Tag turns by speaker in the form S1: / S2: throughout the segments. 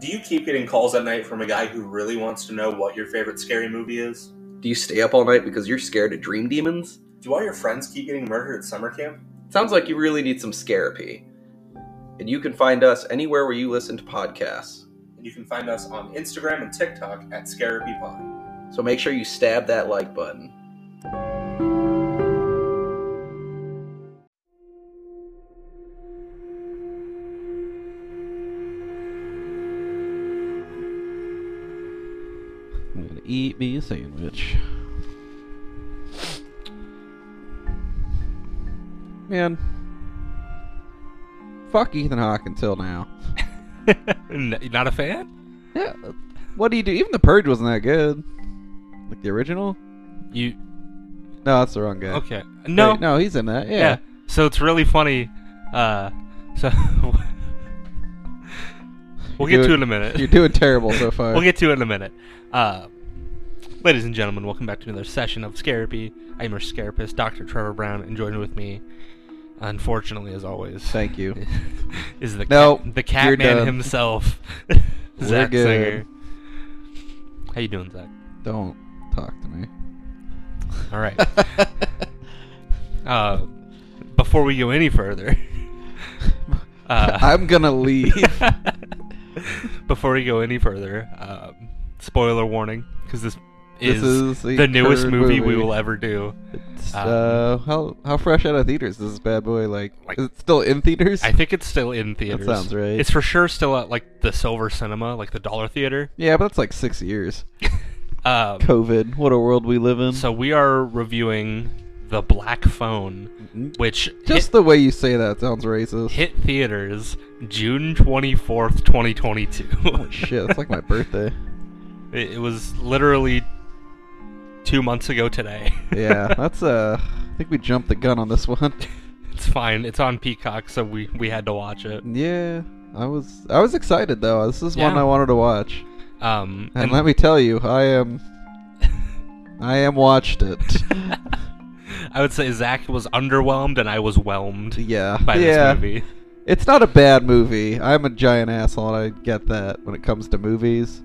S1: Do you keep getting calls at night from a guy who really wants to know what your favorite scary movie is?
S2: Do you stay up all night because you're scared of dream demons?
S1: Do all your friends keep getting murdered at summer camp?
S2: Sounds like you really need some scarapy. And you can find us anywhere where you listen to podcasts.
S1: And you can find us on Instagram and TikTok at Scarapy Pod.
S2: So make sure you stab that like button.
S3: I'm gonna eat me a sandwich. Man. Fuck Ethan Hawke until now.
S4: N- you Not a fan?
S3: Yeah. What do you do? Even The Purge wasn't that good. Like the original?
S4: You
S3: No, that's the wrong guy.
S4: okay? No,
S3: Wait, no, he's in that. Yeah.
S4: yeah. So it's really funny. Uh, so we'll
S3: You're
S4: get to it
S3: doing-
S4: in a minute.
S3: You're doing terrible so far.
S4: We'll get to it in a minute. Uh, ladies and gentlemen, welcome back to another session of Scarapy. I'm your Scarapist, Dr. Trevor Brown, and joining with me, unfortunately, as always,
S3: Thank you.
S4: is the
S3: No,
S4: cat, the
S3: you're done.
S4: Catman himself,
S3: We're
S4: Zach
S3: good.
S4: Singer. How you doing, Zach?
S3: Don't talk to me.
S4: All right. uh, before we go any further, uh,
S3: I'm gonna leave.
S4: before we go any further, um, spoiler warning, because this
S3: This
S4: is,
S3: is the
S4: the, newest
S3: third
S4: movie, we
S3: movie.
S4: will ever do.
S3: It's,
S4: Um,
S3: uh, how how fresh out of theaters is this bad boy? Like,
S4: Like-
S3: is it still in theaters?
S4: I think it's still in theaters.
S3: sounds right.
S4: It's for sure still at like the Silver Cinema, like the Dollar Theater.
S3: yeah, but that's like six years.
S4: Um,
S3: COVID, what a world we live in.
S4: so we are reviewing the Black Phone,
S3: Mhm.
S4: which
S3: just the way you say that sounds racist.
S4: hit, hit theaters June twenty fourth, twenty twenty two.
S3: Holy shit, that's like my birthday.
S4: It, it was literally two months ago today.
S3: Yeah, that's uh, I think we jumped the gun on this one.
S4: it's fine. It's on Peacock, so we we had to watch it.
S3: yeah, I was I was excited though. This is one
S4: Yeah.
S3: I wanted to watch,
S4: Um,
S3: and, let me tell you, I am, I am watched it.
S4: I would say Zach was underwhelmed and I was whelmed
S3: yeah,
S4: by
S3: yeah.
S4: this movie.
S3: It's not a bad movie. I'm a giant asshole, and I get that when it comes to movies.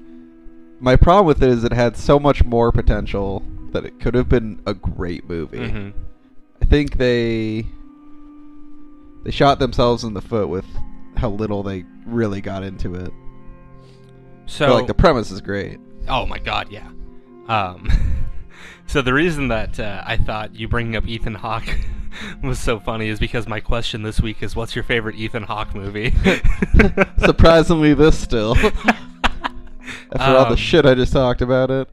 S3: My problem with it is it had so much more potential that it could have been a great movie.
S4: Mhm.
S3: I think they they shot themselves in the foot with how little they really got into it.
S4: So,
S3: But like the premise is great.
S4: oh my god, yeah. Um, so the reason that uh, I thought you bringing up Ethan Hawke was so funny is because my question this week is, what's your favorite Ethan Hawke movie?
S3: Surprisingly, this still after all the
S4: Um,
S3: shit I just talked about it.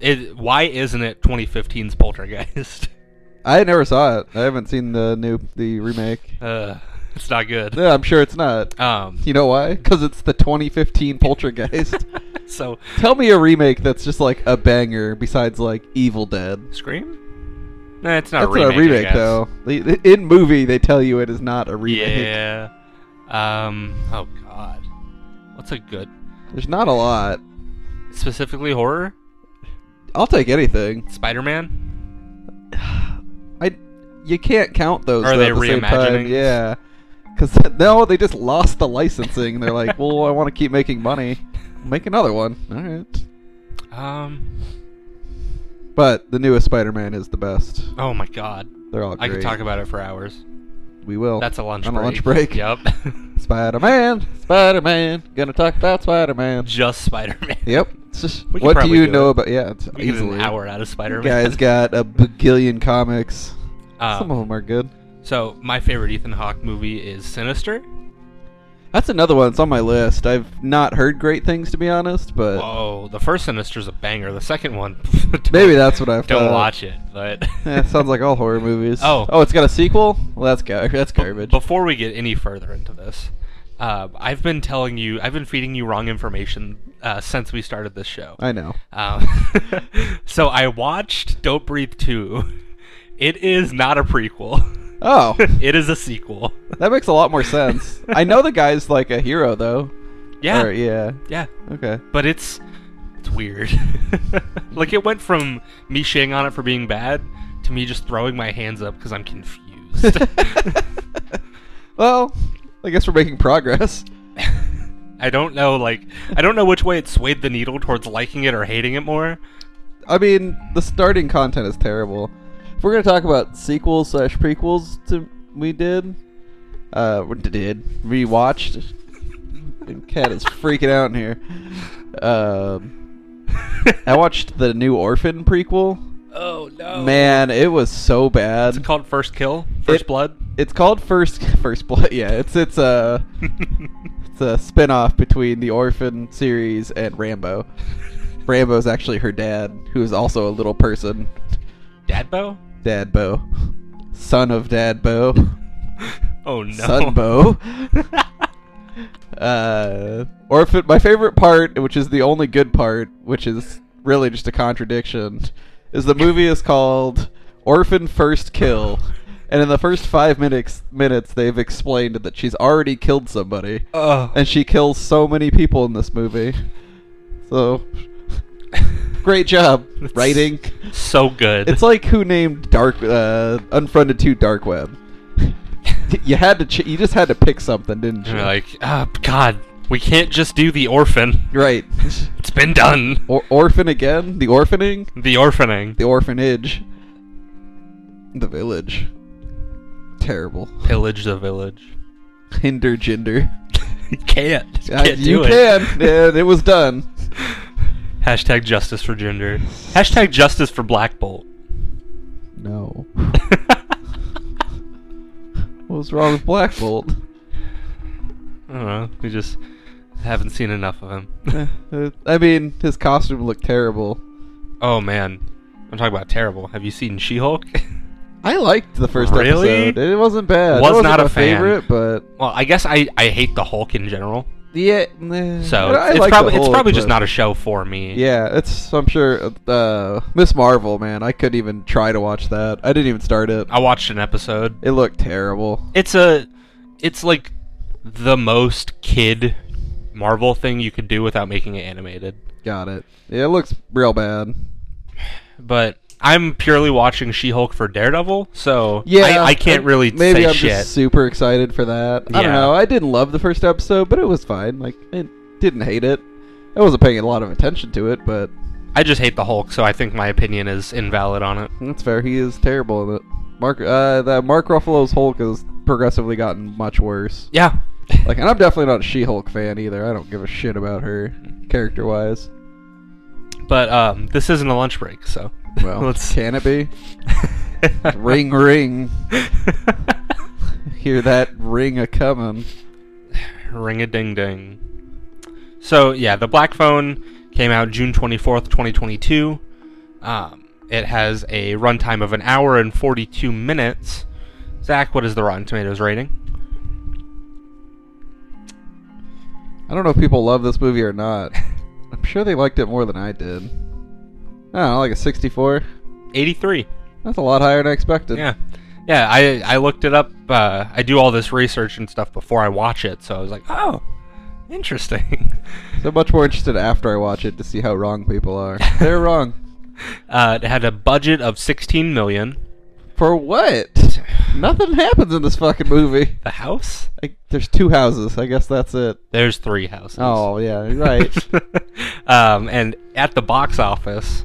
S4: It, why isn't it 2015's Poltergeist?
S3: I never saw it. I haven't seen the new the remake.
S4: Uh, it's not good.
S3: Yeah, I'm sure it's not.
S4: Um,
S3: You know why? Because it's the 2015 Poltergeist.
S4: so
S3: Tell me a remake that's just like a banger besides like Evil Dead.
S4: Scream? Nah, it's not
S3: That's
S4: a remake,
S3: not
S4: I
S3: a remake
S4: guess.
S3: though. They- they- In movie, they tell you it is not a remake.
S4: Yeah. Um. Oh God. What's a good,
S3: There's not a lot.
S4: specifically horror?
S3: I'll take anything.
S4: Spider-Man.
S3: I you can't count those.
S4: Are
S3: though,
S4: they
S3: at the same time.
S4: reimaginings?
S3: Yeah. Because no, they just lost the licensing. They're like, well, I want to keep making money. Make another one. All right.
S4: Um.
S3: But the newest Spider-Man is the best.
S4: Oh my God.
S3: They're all great.
S4: I could talk about it for hours.
S3: We will.
S4: That's a lunch
S3: on
S4: break.
S3: a lunch break.
S4: Yep.
S3: Spider-Man, Spider-Man, gonna talk about Spider-Man.
S4: Just Spider-Man.
S3: Yep. It's just-
S4: We could
S3: what do
S4: probably
S3: you
S4: do
S3: know
S4: it.
S3: about? Yeah, it's
S4: We get
S3: easily.
S4: an hour out of
S3: You
S4: Spider-Man.
S3: guys got a bagillion comics.
S4: Um,
S3: Some of them are good.
S4: So my favorite Ethan Hawke movie is Sinister.
S3: That's another one that's on my list. I've not heard great things to be honest, but
S4: Whoa, the first Sinister's a banger. The second one.
S3: maybe that's what I've
S4: Don't
S3: thought.
S4: watch it, but
S3: Eh, it sounds like all horror movies.
S4: Oh.
S3: oh, it's got a sequel. Well, that's gar- that's
S4: B-
S3: garbage.
S4: Before we get any further into this, uh, I've been telling you, I've been feeding you wrong information uh, since we started this show.
S3: I know.
S4: Um, so I watched Don't Breathe 2. It is not a prequel,
S3: Oh,
S4: it is a sequel.
S3: that makes a lot more sense. I know the guy's like a hero though.
S4: Yeah.
S3: Or- yeah.
S4: Yeah.
S3: Okay.
S4: But it's it's weird. like it went from me shitting on it for being bad to me just throwing my hands up because I'm confused.
S3: well, I guess we're making progress.
S4: I don't know, like, I don't know which way it swayed the needle towards liking it or hating it more.
S3: I mean, the starting content is terrible. If we're gonna talk about sequels slash prequels to we did, uh, we did rewatched. Cat is freaking out in here. Um, I watched the new Orphan prequel.
S4: Oh no!
S3: Man, it was so bad.
S4: It's called First Kill, First
S3: It-
S4: Blood.
S3: It's called First First Blood. Yeah, it's it's a it's a spin-off between the Orphan series and Rambo. Rambo's actually her dad, who is also a little person.
S4: Dadbo?
S3: Dad Bo. Son of Dad Bo.
S4: Oh no!
S3: Son Bo. uh, Orphan. My favorite part, which is the only good part, which is really just a contradiction, is the movie is called Orphan First Kill. And in the first five minutes, minutes, they've explained that she's already killed somebody,
S4: Oh.
S3: and she kills so many people in this movie. So, great job writing.
S4: so good.
S3: It's like who named Dark uh, Unfriended Two Dark Web. you had to, ch- you just had to pick something, didn't you?
S4: You're like, ah, God, we can't just do the orphan.
S3: Right.
S4: It's been done.
S3: Or- orphan again? The orphaning?
S4: The orphaning.
S3: The orphanage? The village? Terrible.
S4: Pillage the village.
S3: Hinder gender.
S4: You can't. Just
S3: Uh,
S4: can't do
S3: you
S4: it.
S3: can. and it was done.
S4: Hashtag justice for gender. Hashtag justice for Black Bolt.
S3: No. what was wrong with Black Bolt?
S4: I don't know. We just haven't seen enough of
S3: Eh,
S4: him.
S3: eh, I mean, his costume looked terrible.
S4: oh man, I'm talking about terrible. Have you seen She-Hulk?
S3: I liked the first
S4: Really?
S3: episode. It wasn't bad. it
S4: Was
S3: wasn't
S4: not a
S3: my
S4: fan.
S3: favorite, but
S4: well, I guess I, I hate the Hulk in general.
S3: yeah. nah.
S4: So
S3: But I
S4: it's
S3: like the
S4: probably it's
S3: whole
S4: probably just
S3: clip.
S4: not a show for me.
S3: Yeah, it's. I'm sure uh, Miss Marvel, man. I couldn't even try to watch that. I didn't even start it.
S4: I watched an episode.
S3: It looked terrible.
S4: It's a it's like the most kid Marvel thing you could do without making it animated.
S3: Got it. Yeah, it looks real bad.
S4: But I'm purely watching She-Hulk for Daredevil, so
S3: Yeah,
S4: I, I can't
S3: and
S4: really
S3: Maybe
S4: say
S3: I'm
S4: shit.
S3: just super excited for that. I
S4: Yeah.
S3: don't know. I didn't love the first episode, but it was fine. Like, I didn't hate it. I wasn't paying a lot of attention to it, but
S4: I just hate the Hulk, so I think my opinion is invalid on it.
S3: That's fair. He is terrible in it. Mark, uh, that Mark Ruffalo's Hulk has progressively gotten much worse.
S4: Yeah.
S3: Like, and I'm definitely not a She-Hulk fan either. I don't give a shit about her character-wise.
S4: But um, this isn't a lunch break, so
S3: Well,
S4: let's.
S3: can it be? ring, ring. Hear that ring a coming?
S4: Ring a ding ding. So yeah, the Black Phone came out June twenty fourth, twenty twenty two. Um, it has a runtime of an hour and forty two minutes. Zach, what is the Rotten Tomatoes rating?
S3: I don't know if people love this movie or not. I'm sure they liked it more than I did. I don't know, like a 64.
S4: Eighty three.
S3: That's a lot higher than I expected.
S4: Yeah, yeah. I I looked it up. Uh, I do all this research and stuff before I watch it, so I was like, oh, interesting.
S3: So much more interested after I watch it to see how wrong people are. They're wrong.
S4: Uh, it had a budget of 16 million.
S3: For what? Nothing happens in this fucking movie.
S4: The house?
S3: Like, there's two houses. I guess that's it.
S4: There's three houses.
S3: Oh yeah, you're right.
S4: um, and at the box office,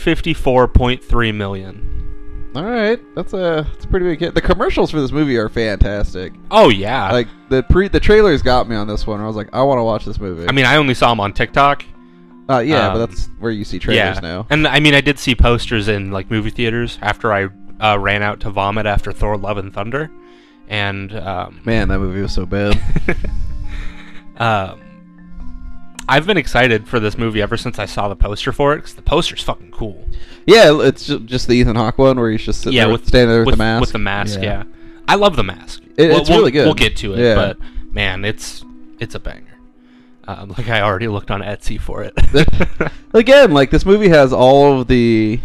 S4: 154.3 million.
S3: All right, that's a that's a pretty big hit. The commercials for this movie are fantastic.
S4: Oh yeah.
S3: Like the pre the trailers got me on this one. I was like, I want to watch this movie.
S4: I mean, I only saw them on TikTok.
S3: uh, yeah, but
S4: um,
S3: that's where you see trailers
S4: yeah.
S3: now.
S4: And I mean, I did see posters in like movie theaters after I uh, ran out to vomit after Thor: Love and Thunder, and um,
S3: Man, that movie was so bad.
S4: um, I've been excited for this movie ever since I saw the poster for it because the poster's fucking cool.
S3: yeah, it's ju- just the Ethan Hawke one where he's just sitting
S4: yeah,
S3: there
S4: with
S3: standing there with,
S4: with
S3: the mask.
S4: With the mask, yeah. I love the mask.
S3: It-
S4: We'll-
S3: it's
S4: we'll-
S3: really good.
S4: We'll get to it,
S3: Yeah.
S4: but man, it's it's a banger. Um, like I already looked on Etsy for it.
S3: Again, like this movie has all of the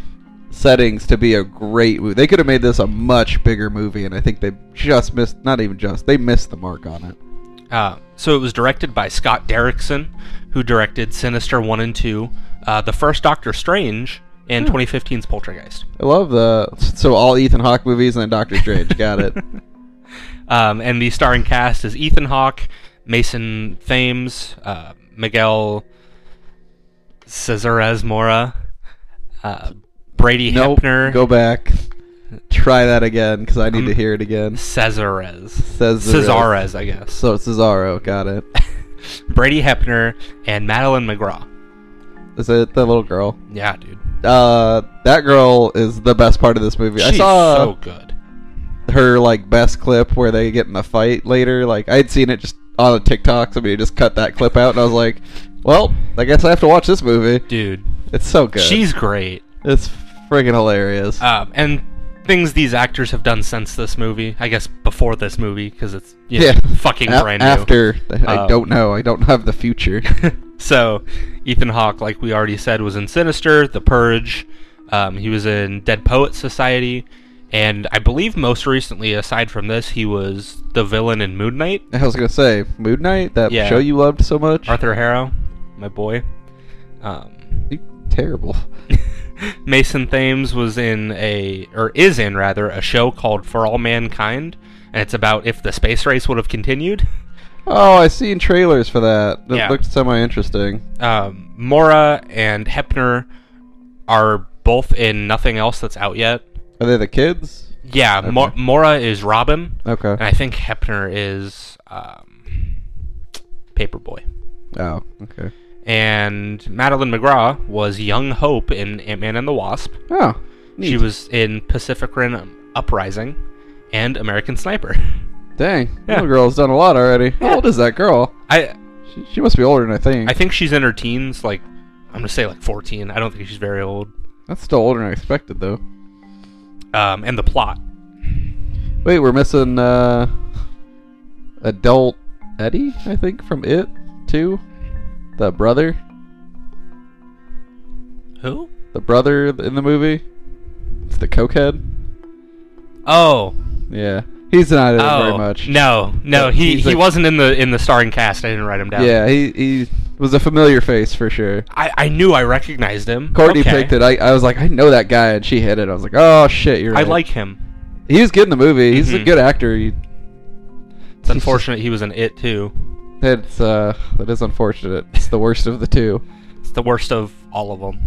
S3: settings to be a great movie. They could have made this a much bigger movie, and I think they just missed. Not even just. They missed the mark on it.
S4: uh, so it was directed by Scott Derrickson, who directed Sinister One and Two, uh, the first Doctor Strange, and 2015's Poltergeist.
S3: I love the so all Ethan Hawke movies and then Doctor Strange. Got it.
S4: Um, and the starring cast is Ethan Hawke, Mason Thames, uh, Miguel Cesarez Mora, uh, Brady
S3: Nope.
S4: Hepner,
S3: Go back. Try that again because I need
S4: Um,
S3: to hear it again.
S4: Cesarez.
S3: Cesarez.
S4: Cesarez, I guess.
S3: So Cesaro, got it.
S4: Brady Hepner and Madeline McGraw.
S3: Is it the little girl?
S4: Yeah, dude.
S3: Uh, that girl is the best part of this movie. I
S4: She's
S3: saw
S4: so good.
S3: her like best clip where they get in a fight later. Like I'd seen it just on a TikTok. Somebody just cut that clip out, and I was like, "Well, I guess I have to watch this movie."
S4: Dude,
S3: It's so good.
S4: she's great.
S3: it's friggin' hilarious.
S4: Um, and things these actors have done since this movie. I guess before this movie because it's you know,
S3: yeah,
S4: fucking
S3: A-
S4: brand new.
S3: after I
S4: Um,
S3: don't know. I don't have the future.
S4: so, Ethan Hawke, like we already said, was in Sinister, The Purge. Um, he was in Dead Poet Society, and I believe most recently, aside from this, he was the villain in Moon Knight.
S3: I was gonna say Mood Knight, that
S4: Yeah.
S3: show you loved so much.
S4: Arthur Harrow, my boy. Um,
S3: You- terrible.
S4: Mason Thames was in a, or is in rather, a show called For All Mankind, and it's about if the space race would have continued.
S3: Oh, I seen trailers for that. That
S4: Yeah.
S3: looked semi interesting.
S4: um, Mora and Hepner are both in nothing else that's out yet.
S3: Are they the kids?
S4: Yeah, Mo-
S3: Okay.
S4: Mora is Robin,
S3: Okay.
S4: and I think Hepner is um, Paperboy.
S3: Oh, okay.
S4: And Madeline McGraw was Young Hope in Ant Man and the Wasp.
S3: Oh, neat.
S4: She was in Pacific Rim Uprising and American Sniper.
S3: Dang,
S4: Yeah.
S3: little girl's done a lot already. How old is that girl?
S4: I
S3: She, she must be older than I think.
S4: I think she's in her teens, like I'm gonna say like 14. I don't think she's very old.
S3: That's still older than I expected, though.
S4: Um, and the plot.
S3: Wait, we're missing uh, adult Eddie, I think, from it too. The brother,
S4: Who?
S3: the brother in the movie. It's the cokehead.
S4: Oh,
S3: Yeah, he's not in it very
S4: Oh,
S3: much.
S4: No, no,
S3: But
S4: he,
S3: he's
S4: he
S3: like-
S4: wasn't in the in the starring cast. I didn't write him down.
S3: Yeah, he he was a familiar face for sure.
S4: I, I knew I recognized him.
S3: Courtney
S4: Okay.
S3: picked it. I, I was like, I know that guy, and she hit it. I was like, oh shit, you're.
S4: I
S3: Right.
S4: like him.
S3: He was good in the movie. He's a
S4: Mhm.
S3: good actor. He,
S4: It's unfortunate he was in it too.
S3: it's uh, that is unfortunate. It's the worst of the two.
S4: It's the worst of all of them.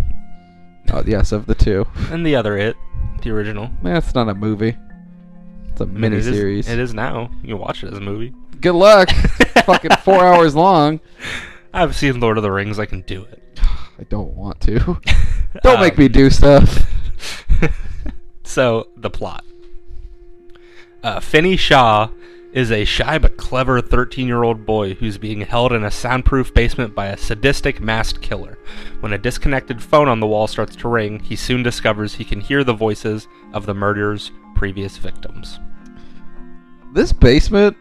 S3: Oh, yes, of the two.
S4: And the other it, the original.
S3: That's not a movie. It's a
S4: I mean, it is-
S3: miniseries.
S4: It is now. You can watch it as a movie.
S3: Good luck. It's fucking four hours long.
S4: I've seen Lord of the Rings. I can do it.
S3: I don't want to. Don't make
S4: Um,
S3: me do stuff.
S4: so the plot. Uh, Finney Shaw is a shy but clever 13-year-old boy who's being held in a soundproof basement by a sadistic masked killer. When a disconnected phone on the wall starts to ring, he soon discovers he can hear the voices of the murderer's previous victims.
S3: This basement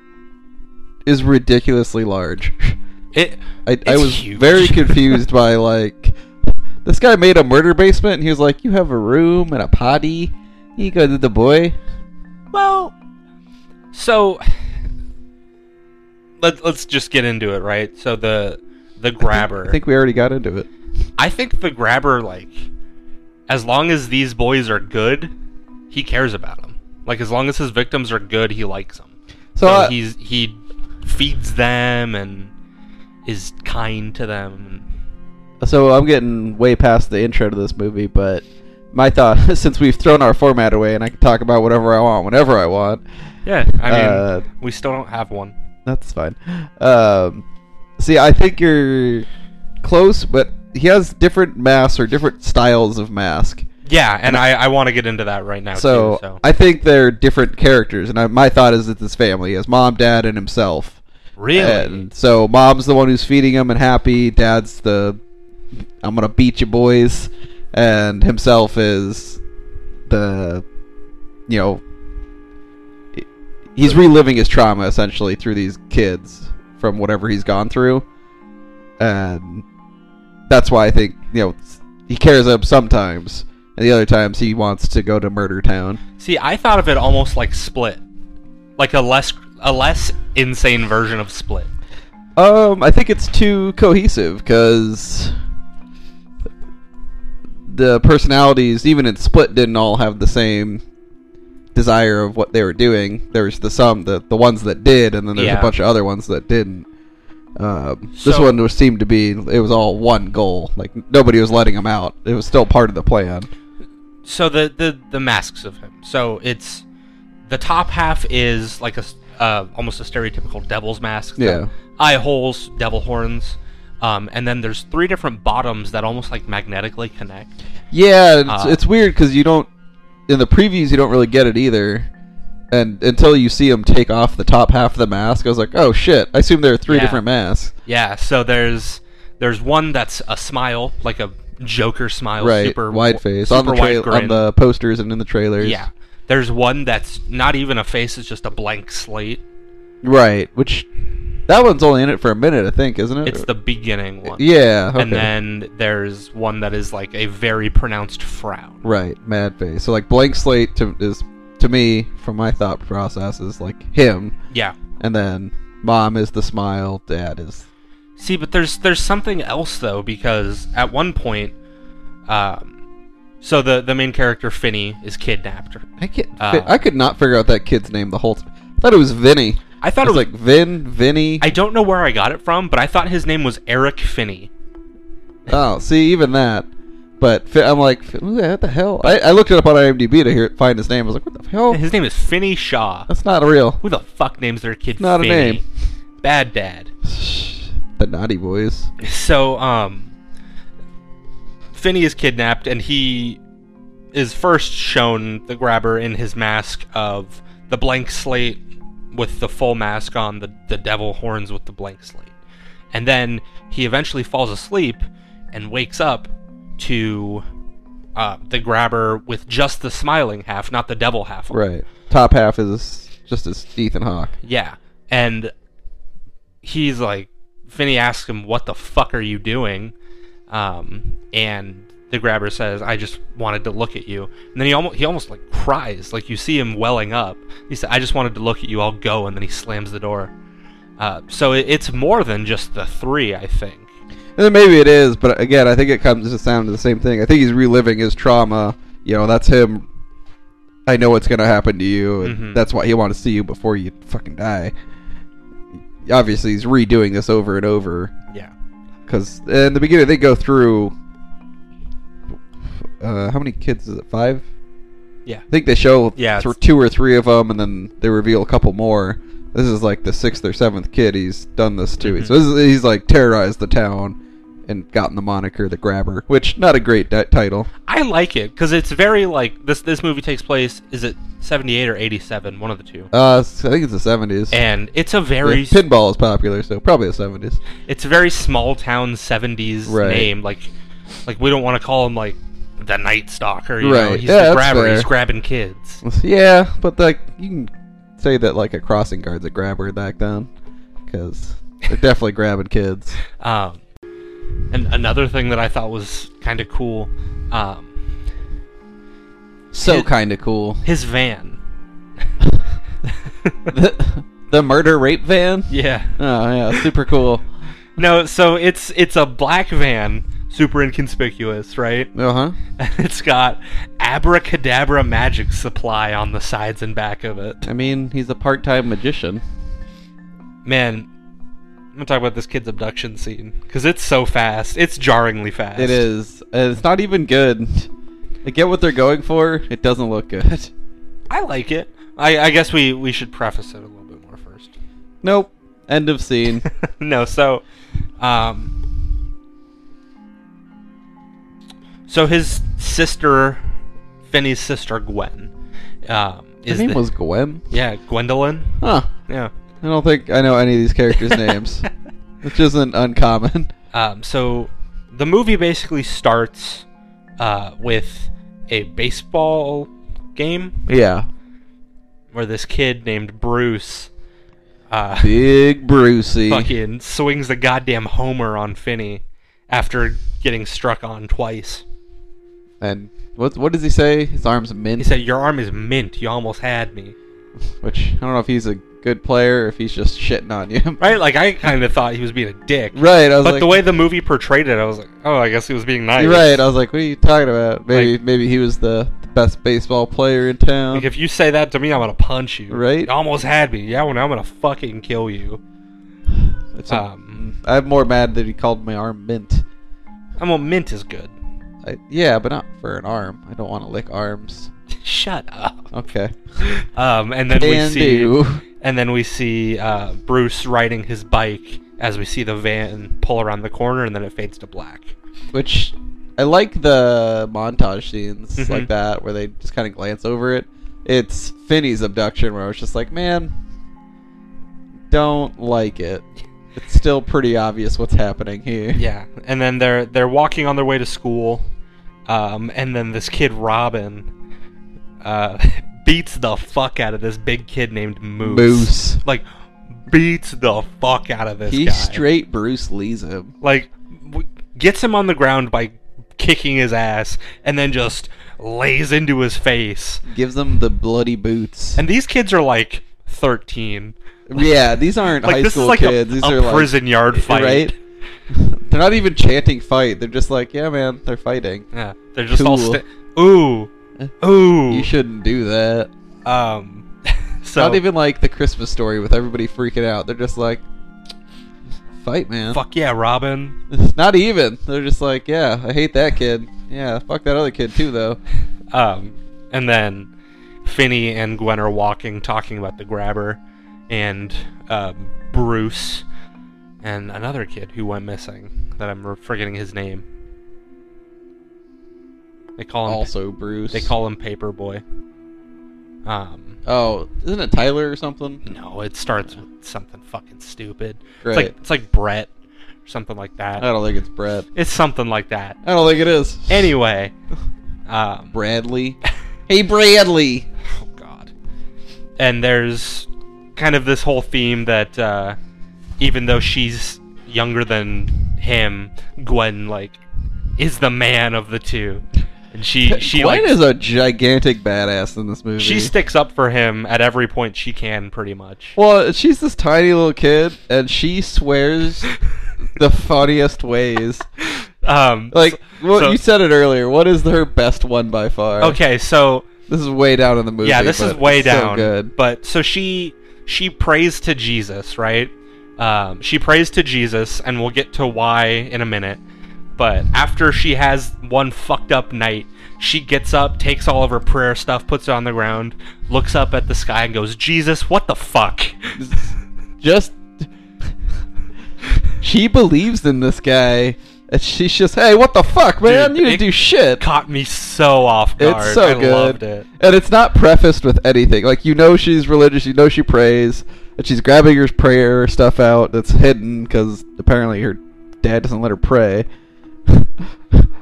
S3: is ridiculously large.
S4: It
S3: I, I
S4: It's
S3: was
S4: huge.
S3: very confused by like this guy made a murder basement and he was like, You have a room and a potty. You go to the boy.
S4: well, so let, let's just get into it, right? So the the grabber
S3: I think we already got into it.
S4: I think the grabber, like, as long as these boys are good, he cares about them. Like, as long as his victims are good, he likes them.
S3: So,
S4: So
S3: I-
S4: he's he feeds them and is kind to them.
S3: So I'm getting way past the intro to this movie, but my thought, since we've thrown our format away and I can talk about whatever I want whenever I want,
S4: Yeah, I mean,
S3: Uh,
S4: we still don't have one.
S3: that's fine. Um, see, I think you're close, but he has different masks or different styles of mask.
S4: Yeah, and I, I want to get into that right now.
S3: So,
S4: too, so.
S3: I think they're different characters, and I, my thought is that this family has mom, dad, and himself.
S4: really,
S3: And so mom's the one who's feeding him and happy. Dad's the I'm gonna beat you boys, and himself is the you know he's reliving his trauma essentially through these kids from whatever he's gone through, and that's why I think you know he cares up sometimes, and the other times he wants to go to Murder Town.
S4: see, I thought of it almost like Split, like a less a less insane version of Split.
S3: Um, I think it's too cohesive because the personalities, even in Split, didn't all have the same desire of what they were doing. There was the some the the ones that did, and then there's
S4: Yeah.
S3: a bunch of other ones that didn't. Um, this
S4: So-
S3: one was, seemed to be it was all one goal. Like nobody was letting him out. It was still part of the plan.
S4: so the, the the masks of him. So it's the top half is like a s- uh, almost a stereotypical devil's mask. the
S3: Yeah.
S4: Eye holes, devil horns, um, and then there's three different bottoms that almost like magnetically connect.
S3: Yeah, it's,
S4: Uh,
S3: it's weird because you don't in the previews you don't really get it either, and until you see him take off the top half of the mask, I was like, oh shit! I assume there are three
S4: Yeah.
S3: different masks.
S4: Yeah. So there's there's one that's a smile, like a Joker smile,
S3: Right,
S4: super
S3: wide face
S4: super
S3: on the
S4: wide
S3: trail on
S4: grin.
S3: the posters and in the trailers.
S4: yeah. There's one that's not even a face; it's just a blank slate.
S3: right. Which that one's only in it for a minute, I think, isn't it?
S4: It's the beginning one.
S3: yeah. Okay.
S4: And then there's one that is like a very pronounced frown.
S3: Right, Mad Face. So like blank slate to is to me from my thought process is like him,
S4: Yeah.
S3: and then mom is the smile, dad is
S4: See, but there's there's something else though because at one point, um, so the the main character Finney is kidnapped.
S3: I can't. fi-
S4: Ah.
S3: I could not figure out that kid's name the whole. time. I thought it was Vinny. I
S4: I thought
S3: was
S4: it was
S3: like Vin, Vinny.
S4: I don't know where I got it from, but I thought his name was Eric Finney.
S3: oh, see, even that. But fi- I'm like, fi- what the hell? I, I looked it up on IMDb to hear find his name. I was like, what the hell?
S4: His name is Finney Shaw.
S3: That's not real.
S4: Who the fuck names their kid
S3: Not a
S4: Finney?
S3: name.
S4: Bad dad.
S3: The naughty boys.
S4: So, um, Finney is kidnapped, and he is first shown the grabber in his mask of the blank slate with the full mask on, the, the devil horns with the blank slate. And then he eventually falls asleep and wakes up to uh, the grabber with just the smiling half, not the devil half. on.
S3: Right. Top half is just as Ethan Hawke.
S4: Yeah. And he's like, Finney asks him, What the fuck are you doing? Um, and the grabber says, I just wanted to look at you. And then he almost, he almost like cries. Like you see him welling up. He said, I just wanted to look at you. I'll go. And then he slams the door. Uh, so it, it's more than just the three, I think.
S3: And then maybe it is, but again, I think it comes to sound to the same thing. I think he's reliving his trauma. You know, that's him. I know what's gonna happen to you, and
S4: Mhm.
S3: that's why he want to see you before you fucking die. Obviously, he's redoing this over and over
S4: Yeah.
S3: because in the beginning they go through. Uh, how many kids is it? Five.
S4: Yeah.
S3: I think they show
S4: Yeah,
S3: th-
S4: it's-
S3: two or three of them, and then they reveal a couple more. This is like the sixth or seventh kid he's done this to.
S4: Mhm.
S3: So this is, he's like terrorized the town and gotten the moniker the Grabber, which not a great di- title.
S4: I like it because it's very like this. This movie takes place. Is it seventy eight or eighty seven? One of the two.
S3: Uh, s- I think it's the seventies.
S4: And it's a very
S3: Pinball is popular, so probably the seventies.
S4: it's a very small town 70s
S3: Right.
S4: name like like we don't want to call him like the night stalker you know
S3: Right.
S4: he's
S3: Yeah,
S4: the
S3: that's
S4: grabber he's
S3: fair.
S4: grabbing kids
S3: Yeah, but like you can say that like a crossing guard's a Grabber back then, because they're definitely grabbing kids.
S4: um and another thing that i thought was kind of cool um
S3: So
S4: It-
S3: kind of cool.
S4: his van
S3: the, the murder rape van.
S4: yeah
S3: Oh yeah, super cool.
S4: no so it's it's a black van super inconspicuous right
S3: Uh huh.
S4: it's got abracadabra magic supply on the sides and back of it
S3: I mean, he's a part-time magician.
S4: Man, I'm gonna talk about this kid's abduction scene because it's so fast. It's jarringly fast.
S3: It is. And It's not even good. I get what they're going for. It doesn't look good.
S4: I like it. I, I guess we we should preface it a little bit more first.
S3: Nope. End of scene.
S4: no, so, um, so his sister, Finney's sister Gwen, um,
S3: His
S4: is
S3: name
S4: the-
S3: was Gwen.
S4: yeah Gwendolyn.
S3: Huh.
S4: Yeah.
S3: I don't think I know any of these characters' names, which isn't uncommon.
S4: Um, so the movie basically starts uh, with a baseball game
S3: Yeah.
S4: where this kid named Bruce uh,
S3: Big Brucey.
S4: fucking swings the goddamn homer on Finney after getting struck on twice.
S3: And what what does he say? His arms mint.
S4: He said, "Your arm is mint. You almost had me."
S3: which I don't know if he's a good player or if he's just shitting on you.
S4: Right? Like I kind of thought he was being a dick,
S3: right. I was
S4: but
S3: like,
S4: the way the movie portrayed it, I was like, "Oh, I guess he was being nice."
S3: You're right. I was like, "What are you talking about? Maybe, maybe he was the best baseball player in town."
S4: Like, if you say that to me, I'm gonna punch you.
S3: um, Right.
S4: You almost had me. Yeah, well, now I'm gonna fucking kill you.
S3: It's a-
S4: Um,
S3: I'm more mad that he called my arm mint.
S4: I'm well, mint is good.
S3: I, yeah, but not for an arm. I don't want to lick arms.
S4: Shut up.
S3: Okay.
S4: Um, and then we
S3: And
S4: see,
S3: do.
S4: and then we see uh, Bruce riding his bike as we see the van pull around the corner, and then it fades to black.
S3: Which I like the montage scenes
S4: Mhm.
S3: like that where they just kind of glance over it. It's Finney's abduction where I was just like, man, don't like it. It's still pretty obvious what's happening here.
S4: Yeah, and then they're they're walking on their way to school, um, and then this kid Robin uh, beats the fuck out of this big kid named Moose.
S3: Moose.
S4: like beats the fuck out of this
S3: He
S4: guy.
S3: straight Bruce Lee's him.
S4: like w- gets him on the ground by kicking his ass, and then just lays into his face.
S3: Gives them the bloody boots.
S4: And these kids are like thirteen.
S3: yeah, these aren't
S4: Like
S3: high
S4: this is
S3: school
S4: like a-
S3: kids.
S4: a,
S3: These are like
S4: prison yard fight.
S3: right? They're not even chanting fight. They're just like, yeah, man, they're fighting.
S4: Yeah, they're just all
S3: Cool.
S4: sta- ooh, ooh.
S3: You shouldn't do that.
S4: Um, so
S3: Not even like the Christmas story with everybody freaking out. They're just like, fight, man.
S4: fuck yeah, Robin.
S3: Not even. They're just like, yeah, I hate that kid. Yeah, fuck that other kid too, though.
S4: Um, and then Finney and Gwen are walking, talking about the grabber, and uh, Bruce, and another kid who went missing that I'm forgetting his name. They call him.
S3: Also, Bruce.
S4: They call him Paperboy. Um,
S3: Oh, isn't it Tyler or something?
S4: no, it starts with something fucking stupid.
S3: Right.
S4: It's like it's like Brett, or something like
S3: I
S4: that.
S3: don't think it's Brett.
S4: It's something like that.
S3: I don't think it is.
S4: Anyway, um,
S3: Bradley. hey, Bradley.
S4: Oh God. And there's kind of this whole theme that uh, even though she's younger than him, Gwen like is the man of the two, and she she
S3: Gwen
S4: like
S3: is a gigantic badass in this movie.
S4: she sticks up for him at every point she can, pretty much.
S3: Well, she's this tiny little kid, and she swears the funniest ways.
S4: um,
S3: Like, well,
S4: so-
S3: you said it earlier. What is her best one by far?
S4: okay, so
S3: this is way down in the movie.
S4: yeah, this is
S3: but
S4: way
S3: it's so
S4: down.
S3: good.
S4: But so she she prays to Jesus, right? Um, she prays to Jesus, and we'll get to why in a minute. But after she has one fucked up night, she gets up, takes all of her prayer stuff, puts it on the ground, looks up at the sky, and goes, "Jesus, what the fuck?"
S3: Just she believes in this guy, and she's just, hey, what the fuck, man?
S4: Dude,
S3: you
S4: it
S3: didn't do shit.
S4: Caught me so off guard.
S3: It's so
S4: I
S3: good.
S4: loved it.
S3: And it's not prefaced with anything. Like you know she's religious, you know she prays, and she's grabbing her prayer stuff out that's hidden because apparently her dad doesn't let her pray.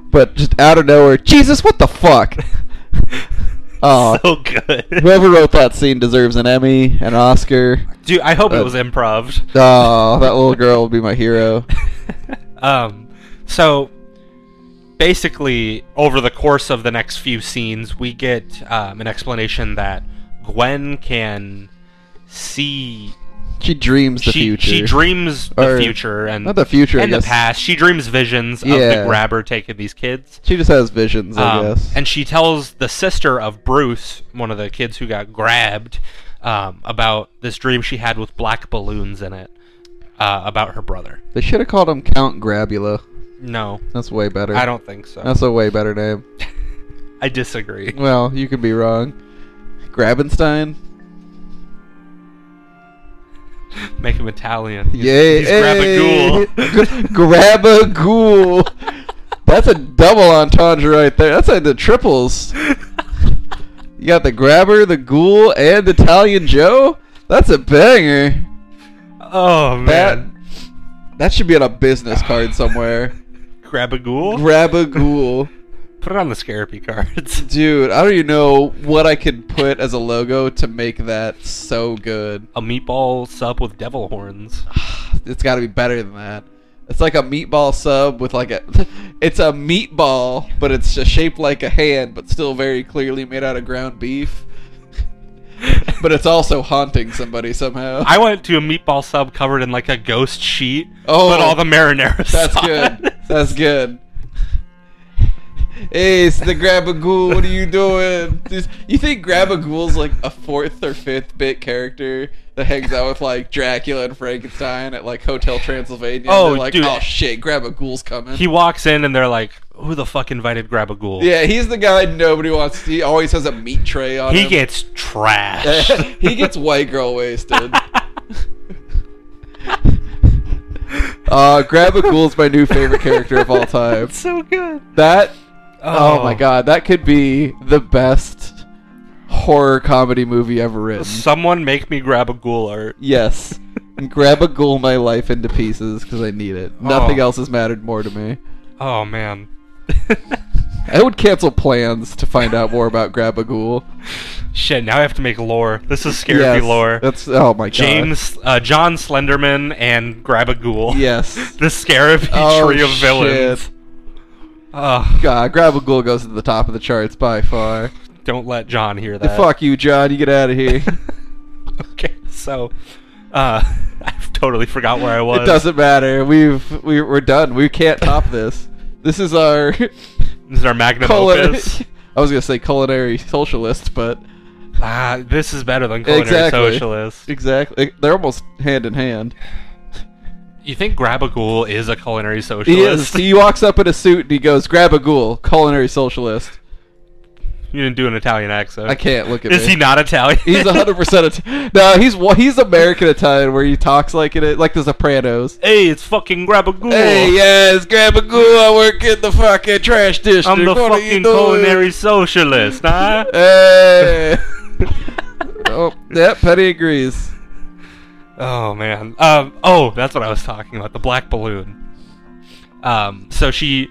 S3: but just out of nowhere, Jesus, what the fuck? Oh.
S4: so good.
S3: Whoever wrote that scene deserves an Emmy, an Oscar.
S4: Dude, I hope it
S3: Uh,
S4: was improv.
S3: Oh, that little girl will be my hero.
S4: um, so basically, over the course of the next few scenes, we get um, an explanation that Gwen can see.
S3: She dreams the
S4: she
S3: future.
S4: she dreams the
S3: Or-
S4: future and
S3: not the future, I
S4: and the
S3: guess.
S4: past. She dreams visions of the
S3: Yeah.
S4: grabber taking these kids.
S3: she just has visions, I
S4: Um,
S3: guess.
S4: And she tells the sister of Bruce, one of the kids who got grabbed, um, about this dream she had with black balloons in it uh, about her brother.
S3: they should have called him Count Grabula.
S4: No,
S3: That's way better.
S4: I don't think so.
S3: That's a way better name.
S4: I disagree.
S3: Well, you could be wrong. Grabenstein?
S4: Make him Italian. He's,
S3: Yay.
S4: He's grab a ghoul.
S3: hey. Grab a ghoul. That's a double entendre right there. That's like the triples. You got the grabber, the ghoul, and Italian Joe? That's a banger.
S4: oh
S3: That
S4: man,
S3: that should be on a business card somewhere.
S4: grab a ghoul.
S3: Grab a ghoul.
S4: Put it on the Scarapy cards.
S3: Dude, I don't even know what I could put as a logo to make that so good.
S4: A meatball sub with devil horns.
S3: It's got to be better than that. It's like a meatball sub with like a. It's a meatball, but it's just shaped like a hand, but still very clearly made out of ground beef. But it's also haunting somebody somehow.
S4: I went to a meatball sub covered in like a ghost sheet,
S3: Oh,
S4: but all the marinara.
S3: That's
S4: sauce.
S3: good. That's good. Hey, it's the Grab a Ghoul. What are you doing? This- you think Grab a Ghoul's like a fourth or fifth bit character that hangs out with like Dracula and Frankenstein at like Hotel Transylvania?
S4: Oh,
S3: and they're like,
S4: dude.
S3: oh shit, Grab a Ghoul's coming.
S4: He walks in and they're like, "Who the fuck invited Grabagool?"
S3: yeah, he's the guy nobody wants. He always has a meat tray on
S4: He
S3: him.
S4: gets trash.
S3: he gets white girl wasted. uh, Grab a Ghoul's my new favorite character of all time.
S4: so good.
S3: That Oh. my god, that could be the best horror comedy movie ever written.
S4: Someone make me grab a ghoul art.
S3: Yes. Grab a ghoul my life into pieces because I need it. Nothing
S4: Oh.
S3: else has mattered more to me.
S4: Oh man.
S3: I would cancel plans to find out more about Grab a Ghoul.
S4: Shit, now I have to make lore. This is scary
S3: Yes,
S4: lore.
S3: That's oh my god.
S4: James uh, John Slenderman and Grab a Ghoul.
S3: Yes.
S4: The Scarab
S3: Oh,
S4: tree of villains.
S3: shit.
S4: Ugh,
S3: God, Grab a Ghoul goes to the top of the charts by far.
S4: don't let John hear that.
S3: Fuck you, John. You get out of here.
S4: Okay, so uh I've totally forgot where I was.
S3: it doesn't matter. We've we, we're done. We can't top this. This is our
S4: This is our magnum
S3: culinary.
S4: opus.
S3: I was gonna say culinary socialist, but
S4: Ah, this is better than culinary
S3: Exactly.
S4: socialist.
S3: exactly, they're almost hand in hand.
S4: You think Grab a Ghoul is a culinary socialist?
S3: He is. He walks up in a suit and he goes, "Grab a ghoul, culinary socialist."
S4: You didn't do an Italian accent.
S3: I can't look at
S4: Is
S3: me.
S4: he not Italian?
S3: He's hundred percent. No, he's wa- he's American Italian where he talks like it, like the Sopranos.
S4: hey, it's fucking Grab a Ghoul.
S3: Hey, yes, grab a ghoul. I work in the fucking trash district.
S4: I'm the
S3: What are you
S4: fucking
S3: doing?
S4: culinary socialist, huh?
S3: Hey. oh, yep. Petty agrees.
S4: Oh man. Um. Oh, that's what I was talking about. The black balloon. Um. So she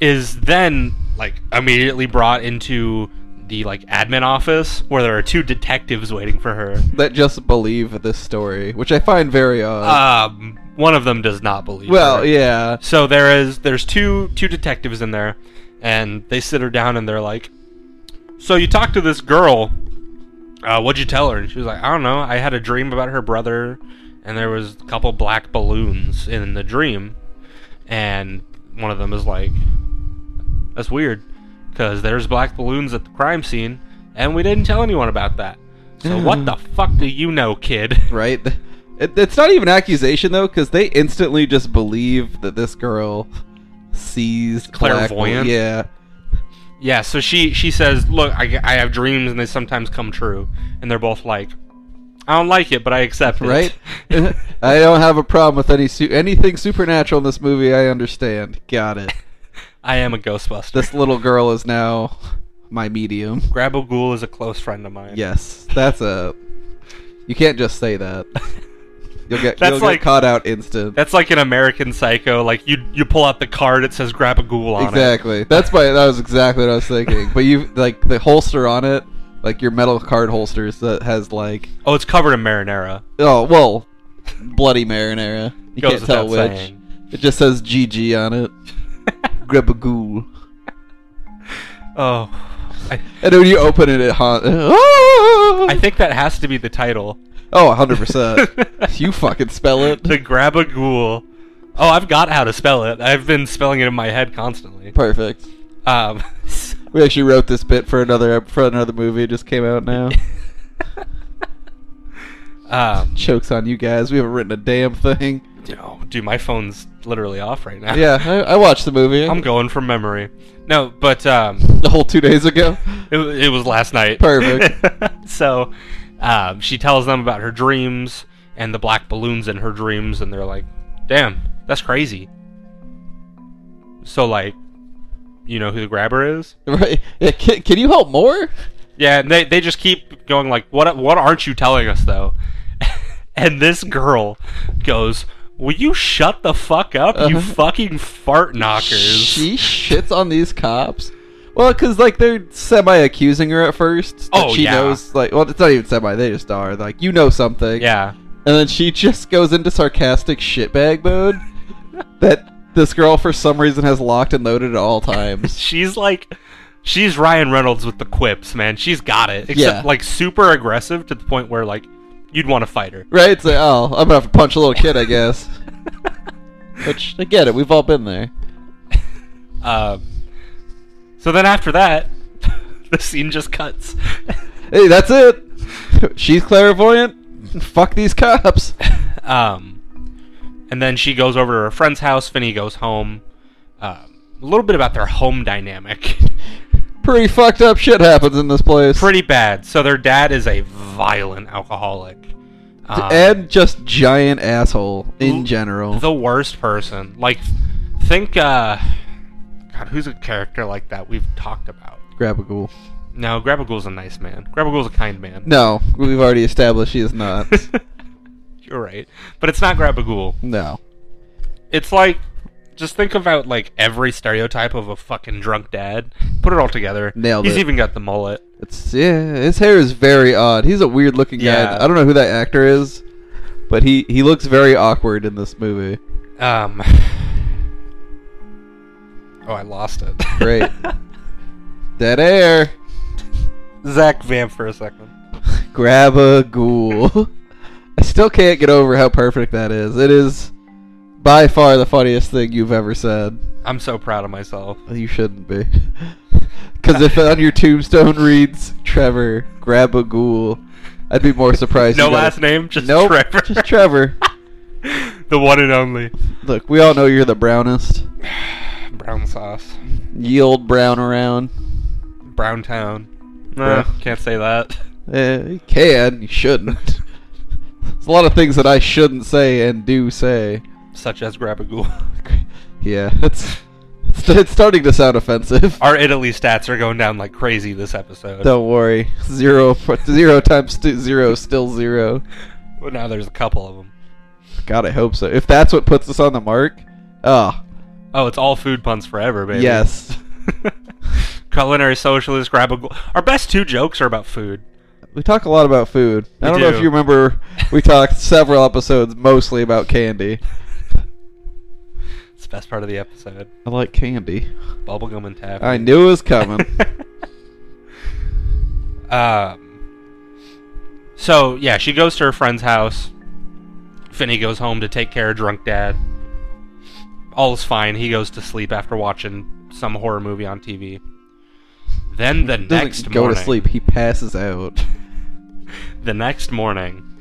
S4: is then like immediately brought into the like admin office where there are two detectives waiting for her.
S3: That just believe this story, which I find very odd.
S4: Um. One of them does not believe.
S3: well,
S4: her.
S3: yeah.
S4: So there is there's two two detectives in there, and they sit her down and they're like, "So you talked to this girl? Uh, what'd you tell her?" And she was like, "I don't know. I had a dream about her brother, and there was a couple black balloons in the dream, and one of them is like, that's weird, because there's black balloons at the crime scene, and we didn't tell anyone about that. So what the fuck do you know, kid?"
S3: right? It, it's not even accusation though, because they instantly just believe that this girl sees black-
S4: Clairvoyant?
S3: Yeah,
S4: Yeah, so she she says, "Look, I, I have dreams and they sometimes come true." And they're both like, "I don't like it, but I accept
S3: right.
S4: it."
S3: I don't have a problem with any su- anything supernatural in this movie. I understand. Got it.
S4: I am a Ghostbuster.
S3: This little girl is now my medium.
S4: Grabo Ghoul is a close friend of mine.
S3: Yes, that's a. You can't just say that. You'll get
S4: That's
S3: you'll
S4: like-
S3: get caught out instant.
S4: That's like an American Psycho. Like you you pull out the card, it says Grab a Ghoul on it.
S3: Exactly. That's my. That was exactly what I was thinking. But you like the holster on it, like your metal card holsters that has like
S4: Oh, it's covered in marinara.
S3: Oh well, bloody marinara. You
S4: Goes
S3: can't tell
S4: without
S3: which.
S4: saying.
S3: It just says GG on it. Grebagool.
S4: Oh, I,
S3: And when you open it, it haunt.
S4: I think that has to be the title.
S3: Oh, 100%. you fucking spell it.
S4: The Grab a Ghoul. Oh, I've got how to spell it. I've been spelling it in my head constantly.
S3: Perfect.
S4: Um,
S3: We actually wrote this bit for another ep- for another movie. It just came out now.
S4: um,
S3: Chokes on you guys. We haven't written a damn thing.
S4: Oh, dude, my phone's literally off right now.
S3: Yeah, I, I watched the movie.
S4: I'm going from memory. No, but um,
S3: the whole two days ago.
S4: it, wa- it was last night.
S3: Perfect.
S4: so, um, she tells them about her dreams and the black balloons in her dreams, and they're like, "Damn, that's crazy." So, like, you know who the grabber is?
S3: Right? Yeah, can, can you help more?
S4: Yeah, and they they just keep going like, "What what aren't you telling us though?" and this girl goes, "Will you shut the fuck up, you fucking fart knockers?"
S3: Uh-huh. She shits on these cops. Well, because like they're semi accusing her at first. that
S4: Oh,
S3: she
S4: yeah.
S3: knows like well, it's not even semi. They just are like you know something.
S4: yeah.
S3: and then she just goes into sarcastic shitbag mode that this girl for some reason has locked and loaded at all times.
S4: She's like, she's Ryan Reynolds with the quips, man. She's got it. Except
S3: Yeah.
S4: like super aggressive to the point where like you'd want to fight her.
S3: right? It's like oh, I'm gonna have to punch a little kid, I guess. Which I get it. We've all been there.
S4: Um, Uh, So then after that, the scene just cuts.
S3: Hey, that's it. She's clairvoyant. Fuck these cops.
S4: Um, and then she goes over to her friend's house. Finney goes home. Um, a little bit about their home dynamic.
S3: Pretty fucked up shit happens in this place.
S4: Pretty bad. So their dad is a violent alcoholic. Um,
S3: and just giant asshole in
S4: L-
S3: general.
S4: the worst person. Like, think, uh, God, who's a character like that we've talked about?
S3: Grab a ghoul.
S4: No, Grabagool's a nice man. Grabagool's a kind man.
S3: No, we've already established she is not.
S4: You're right. But it's not Grabagool.
S3: no.
S4: It's like, just think about, like, every stereotype of a fucking drunk dad. Put it all together.
S3: Nailed
S4: He's
S3: it.
S4: even got the mullet.
S3: It's yeah, his hair is very odd. He's a weird looking
S4: Yeah.
S3: guy. I don't know who that actor is, but he he looks very awkward in this movie.
S4: Um. Oh, I lost it.
S3: Great. Dead air.
S4: Zach vamp for a second.
S3: Grab a ghoul. I still can't get over how perfect that is. It is by far the funniest thing you've ever said.
S4: I'm so proud of myself.
S3: You shouldn't be. Because if on your tombstone reads Trevor, grab a ghoul, I'd be more surprised.
S4: No
S3: you got
S4: last
S3: it.
S4: name, just
S3: Nope,
S4: Trevor.
S3: Just Trevor.
S4: the one and only.
S3: Look, we all know you're the brownest.
S4: Brown sauce.
S3: Yield brown around.
S4: Brown town. No,
S3: Yeah.
S4: can't say that.
S3: Eh, you can, you shouldn't. There's a lot of things that I shouldn't say and do say.
S4: Such as Grabagool.
S3: Yeah, it's it's, it's starting to sound offensive.
S4: Our Italy stats are going down like crazy this episode.
S3: Don't worry, zero for- zero times stu- zero is still zero.
S4: Well, now there's a couple of them.
S3: God, I hope so. If that's what puts us on the mark, ah,
S4: Oh, it's all food puns forever, baby.
S3: yes.
S4: Culinary socialist, Grabagool. Our best two jokes are about food.
S3: We talk a lot about food. I
S4: We
S3: don't know
S4: do.
S3: if you remember, we talked several episodes mostly about candy.
S4: It's the best part of the episode.
S3: I like candy.
S4: Bubblegum and taffy.
S3: I knew it was coming.
S4: um, so yeah, she goes to her friend's house. Finney goes home to take care of drunk dad. All is fine. He goes to sleep after watching some horror movie on TV. Then the
S3: Doesn't
S4: next
S3: go
S4: morning,
S3: to sleep. He passes out.
S4: the next morning,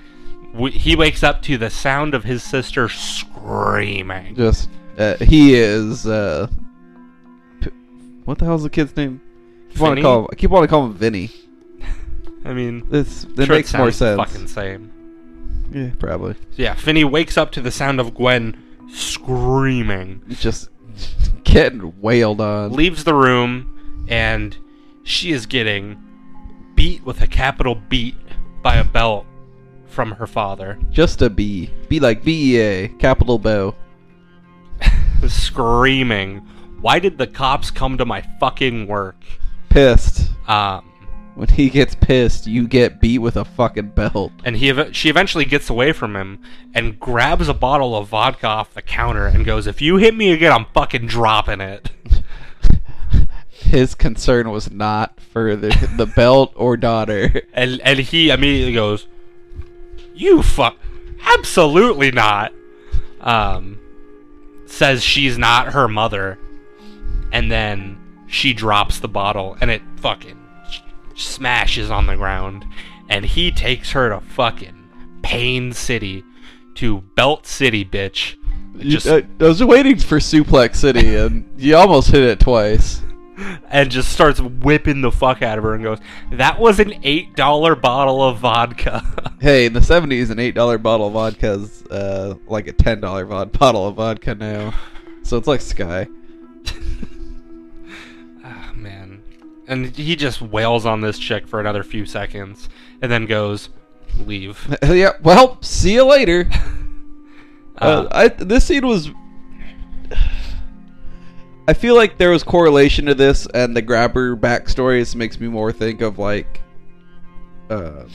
S4: w- he wakes up to the sound of his sister screaming.
S3: Just uh, he is. Uh, p- what the hell's the kid's name? I keep wanting to
S4: Vinny?
S3: call him. I keep wanting to call him Vinny.
S4: I mean,
S3: This that
S4: sure, it
S3: makes more
S4: sounds
S3: sense.
S4: Fucking same.
S3: Yeah, probably.
S4: Yeah, Finney wakes up to the sound of Gwen screaming.
S3: He's Just getting wailed on.
S4: leaves the room and she is getting beat with a capital beat by a belt from her father
S3: Just a B. Be like B E A capital bow.
S4: screaming why did the cops come to my fucking work
S3: Pissed.
S4: um
S3: When he gets pissed, you get beat with a fucking belt.
S4: and he ev- she eventually gets away from him and grabs a bottle of vodka off the counter and goes if you hit me again i'm fucking dropping it
S3: His concern was not for the, the belt or daughter.
S4: and and he immediately goes, "You fuck, absolutely not." Um, says she's not her mother, and then she drops the bottle, and it fucking smashes on the ground, and he takes her to fucking Pain City, to Belt City, bitch. Just
S3: You- I, I was waiting for Suplex City, and you almost hit it twice.
S4: and just starts whipping the fuck out of her, and goes, "That was an eight dollar bottle of vodka."
S3: Hey, in the seventies, an eight dollar bottle of vodka is uh, like a ten dollar vod- bottle of vodka now, so it's like Sky.
S4: Oh, man. And he just wails on this chick for another few seconds and then goes, leave.
S3: yeah. Well, see you later. Uh,
S4: Uh,
S3: I this scene was. I feel like there was correlation to this and the grabber backstory. This makes me more think of like, uh,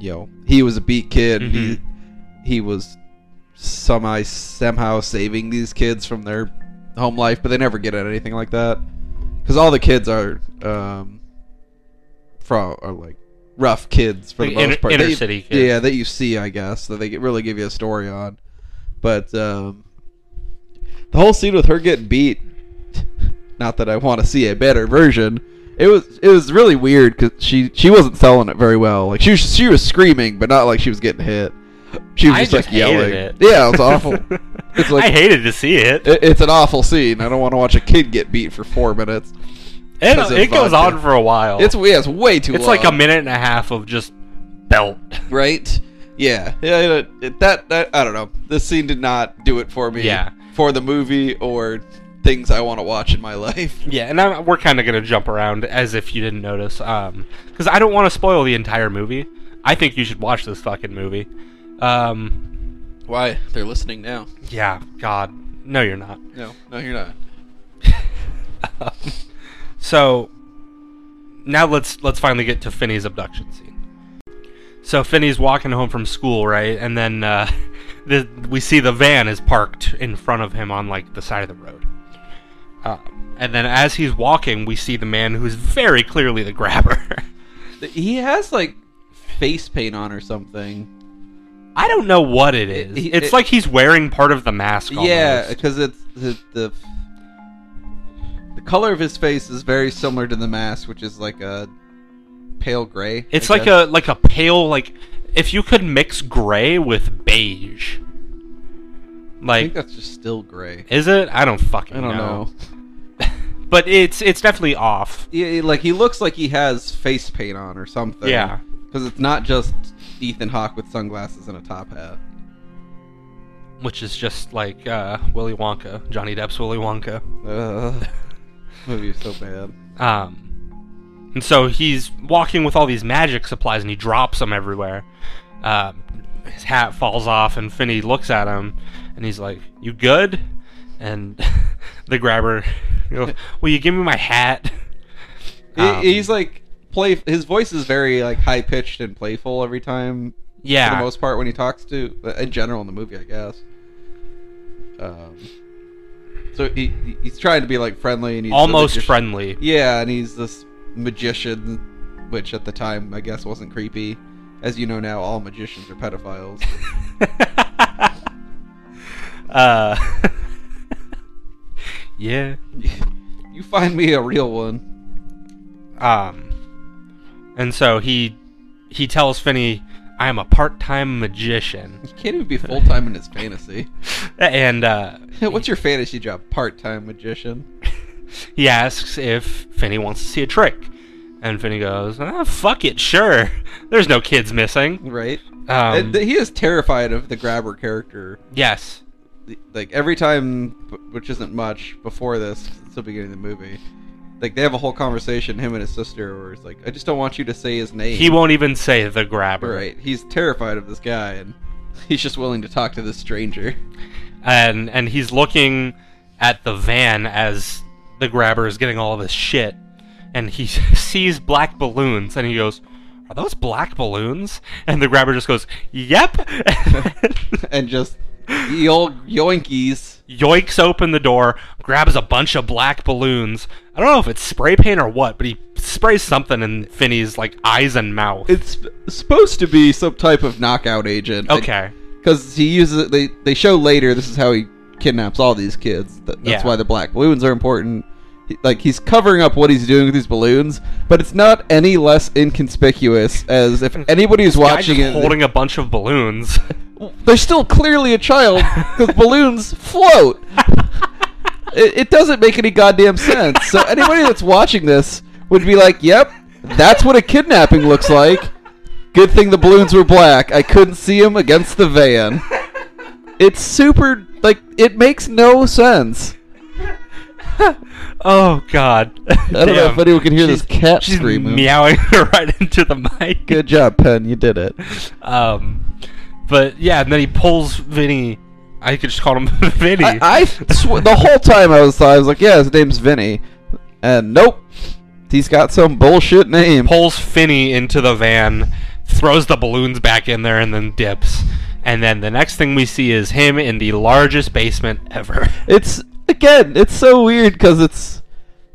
S3: you know, he was a beat kid. He he was somehow somehow saving these kids from their home life, but they never get at anything like that because all the kids are um, from are like rough kids for the
S4: Like inner-
S3: most part.
S4: inner
S3: They-
S4: city kids.
S3: yeah, yeah, that you see, I guess, that they get- really give you a story on. But um, the whole scene with her getting beat, Not that I want to see a better version. It was it was really weird because she she wasn't selling it very well. Like she was, she was screaming, but not like she was getting hit. She was
S4: I
S3: just,
S4: just
S3: like
S4: hated
S3: yelling.
S4: it.
S3: Yeah, it was awful. It's like-
S4: I hated to see it.
S3: It- it's an awful scene. I don't want to watch a kid get beat for four minutes.
S4: It,
S3: because of
S4: it goes
S3: vodka.
S4: on for a while.
S3: It's yeah, it's way too.
S4: it's like a
S3: long.
S4: minute and a half of just belt.
S3: right? Yeah, yeah. it- it- that that I don't know. This scene did not do it for me.
S4: Yeah.
S3: for the movie or things I want to watch in my life.
S4: Yeah, and I'm, we're kind of gonna jump around as if you didn't notice, because I don't want to spoil the entire movie. I think you should watch this fucking movie. Um,
S3: Why they're listening now?
S4: yeah, God, no, you're not.
S3: No, no, you're not.
S4: So now let's let's finally get to Finney's abduction scene. So Finney's walking home from school, right? And then uh, the, we see the van is parked in front of him on like the side of the road. Uh, and then as he's walking, we see the man who's very clearly the grabber.
S3: He has like face paint on or something.
S4: I don't know what it is.
S3: It-
S4: it's
S3: it-
S4: like he's wearing part of the mask. Almost.
S3: Yeah, because it's the, the the color of his face is very similar to the mask, which is like a pale gray.
S4: it's like a like a pale like if you could mix gray with beige.
S3: I
S4: Like
S3: think that's just still gray.
S4: Is it? I don't fucking
S3: I don't
S4: know.
S3: know.
S4: But it's it's definitely off.
S3: Yeah, he- like he looks like he has face paint on or something.
S4: Yeah.
S3: because it's not just Ethan Hawke with sunglasses and a top hat.
S4: Which is just like uh, Willy Wonka, Johnny Depp's Willy Wonka.
S3: Ugh. Movie is so bad.
S4: Um, and so he's walking with all these magic supplies, and he drops them everywhere. Uh, his hat falls off, and Finney looks at him, and he's like, "You good?" And the grabber goes, "Will you give me my hat?"
S3: He-
S4: Um,
S3: he's like play. His voice is very like high pitched and playful every time.
S4: yeah.
S3: for the most part when he talks to uh, in general in the movie i guess um, so he, he- he's trying to be like friendly and he's a
S4: almost
S3: magician.
S4: friendly.
S3: yeah and he's this magician which at the time i guess wasn't creepy as you know now all magicians are pedophiles
S4: uh, yeah.
S3: you find me a real one
S4: Um, and so he he tells Finney, "I am a part-time magician,"
S3: you can't even be full-time in his fantasy
S4: and uh,
S3: what's your fantasy job part-time magician
S4: he asks if Finney wants to see a trick. And Finney goes, ah, "Fuck it, sure. There's no kids missing."
S3: right
S4: Um,
S3: And th- he is terrified of the grabber character
S4: yes,
S3: like every time, which isn't much before this, it's the beginning of the movie. Like they have a whole conversation, him and his sister, where it's like, "I just don't want you to say his name."
S4: he won't even say the grabber.
S3: right? He's terrified of this guy, and he's just willing to talk to this stranger.
S4: and and he's looking at the van as the grabber is getting all of his shit and he sees black balloons and he goes are those black balloons and the grabber just goes yep
S3: and just the old yoinkies.
S4: yoinks open the door grabs a bunch of black balloons i don't know if it's spray paint or what but he sprays something in finney's like eyes and mouth
S3: It's supposed to be some type of knockout agent.
S4: okay
S3: because he uses they they show later this is how he kidnaps all these kids Th- that's
S4: Yeah.
S3: why the black balloons are important He- like he's covering up what he's doing with these balloons but it's not any less inconspicuous as if anybody who's
S4: Guy's
S3: watching
S4: just
S3: it
S4: holding a bunch of balloons
S3: they're still clearly a child because balloons float it, it doesn't make any goddamn sense so anybody that's watching this would be like yep that's what a kidnapping looks like good thing the balloons were black i couldn't see them against the van it's super like it makes no sense.
S4: oh god
S3: I don't know if anyone can hear this cat
S4: She's
S3: screaming.
S4: meowing right into the mic.
S3: Good job, Penn. You did it.
S4: Um, but yeah, and then he pulls Vinny. I could just call him Vinny.
S3: I, I sw- the whole time I was I was like, yeah, his name's Vinny, and nope, he's got some bullshit name.
S4: pulls Finny into the van, throws the balloons back in there, and then dips. And then the next thing we see is him in the largest basement ever.
S3: It's again, it's so weird because it's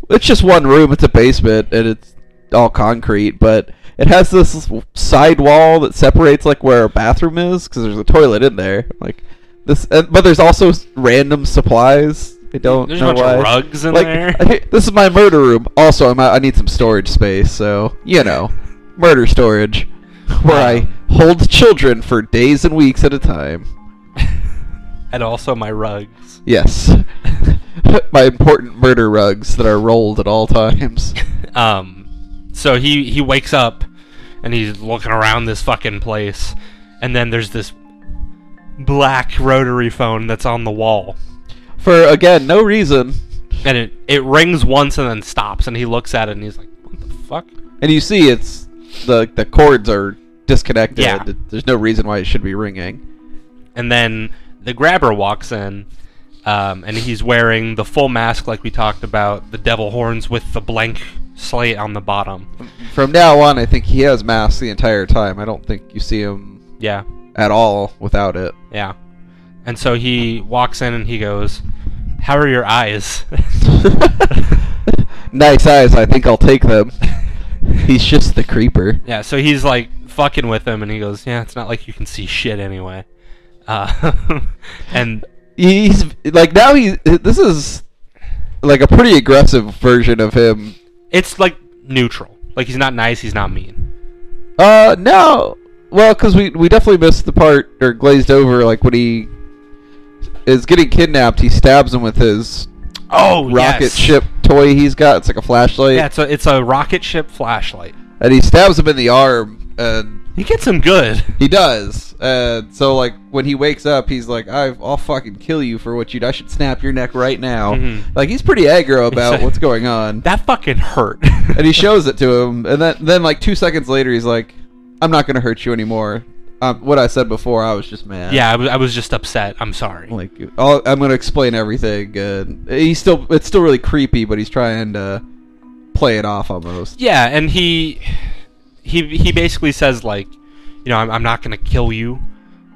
S3: it's just one room. It's a basement, and it's all concrete, but it has this side wall that separates like where a bathroom is because there's a toilet in there. Like this, and, but there's also s- random supplies I don't
S4: There's a
S3: know
S4: bunch
S3: why.
S4: of rugs in
S3: like,
S4: there.
S3: hey, this is my murder room. Also, I'm, I need some storage space, so you know, murder storage, where I hold children for days and weeks at a time.
S4: and also my rugs.
S3: Yes, my important murder rugs that are rolled at all times.
S4: Um, so he he wakes up and he's looking around this fucking place, and then there's this black rotary phone that's on the wall,
S3: For again, no reason.
S4: and it it rings once and then stops, and he looks at it and he's like, "What the fuck?"
S3: And you see, it's the the cords are disconnected.
S4: Yeah.
S3: There's no reason why it should be ringing.
S4: And then the grabber walks in, um, and he's wearing the full mask like we talked about, the devil horns with the blank slate on the bottom.
S3: From now on, I think he has masks the entire time. I don't think you see him
S4: Yeah.
S3: at all without it.
S4: Yeah. And so he walks in and he goes, How are your eyes?
S3: nice eyes. I think I'll take them. He's just the creeper.
S4: yeah, so he's like fucking with him and he goes, Yeah, it's not like you can see shit anyway. Uh, and
S3: He's like now he. This is like a pretty aggressive version of him.
S4: it's like neutral. Like he's not nice, he's not mean.
S3: Uh, no. Well, because we we definitely missed the part or glazed over like when he is getting kidnapped. He stabs him with his
S4: Oh,
S3: rocket ship toy he's got. It's like a flashlight,
S4: Yeah, it's a, it's a rocket ship flashlight.
S3: and he stabs him in the arm, and
S4: He gets him good.
S3: He does. And so, like, when he wakes up, he's like, I've, I'll fucking kill you for what you I should snap your neck right now.
S4: Mhm.
S3: Like, he's pretty aggro about
S4: like-
S3: what's going on.
S4: That fucking hurt.
S3: and he shows it to him. And then, then like, two seconds later, he's like, I'm not going to hurt you anymore. Um, what I said before, I was just mad.
S4: yeah, I was, I was just upset. I'm sorry.
S3: Like, I'll, I'm going to explain everything. And he's still, it's still really creepy, but he's trying to play it off almost.
S4: Yeah, and he he he basically says like, you know, I'm, I'm not gonna kill you.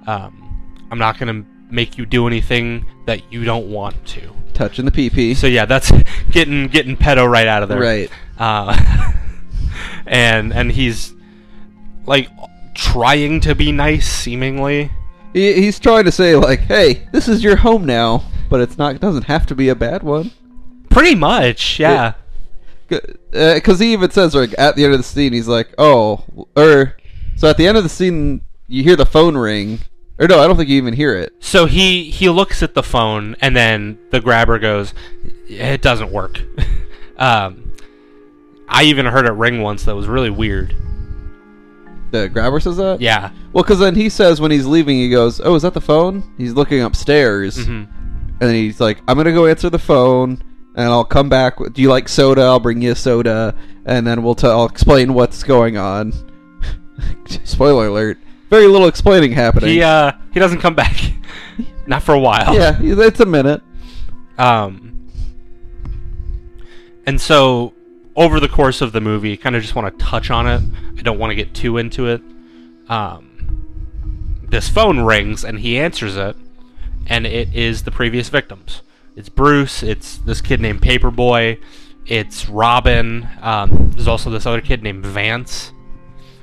S4: Um, I'm not gonna make you do anything that you don't want to.
S3: Touching the pee
S4: So yeah, that's getting getting pedo right out of there.
S3: Right.
S4: Uh, and and he's like trying to be nice, seemingly.
S3: He, he's trying to say, like, hey, this is your home now, but it's not, it doesn't have to be a bad one.
S4: Pretty much, yeah.
S3: because uh, he even says like at the end of the scene he's like oh or so at the end of the scene you hear the phone ring or no i don't think you even hear it
S4: So he he looks at the phone, and then the grabber goes, "It doesn't work." um, I even heard it ring once. That was really weird.
S3: the grabber says that
S4: Yeah.
S3: well because then he says when he's leaving he goes oh is that the phone he's looking upstairs
S4: Mhm.
S3: and then he's like i'm gonna go answer the phone and i'll come back with- do you like soda i'll bring you a soda and then we'll tell i'll explain what's going on spoiler alert very little explaining happening
S4: He uh he doesn't come back. Not for a while.
S3: yeah it's a minute
S4: Um. And so over the course of the movie, kind of just want to touch on it. I don't want to get too into it. Um. This phone rings and he answers it, and it is the previous victims. It's Bruce. It's this kid named Paperboy. It's Robin. Um, there's also this other kid named Vance.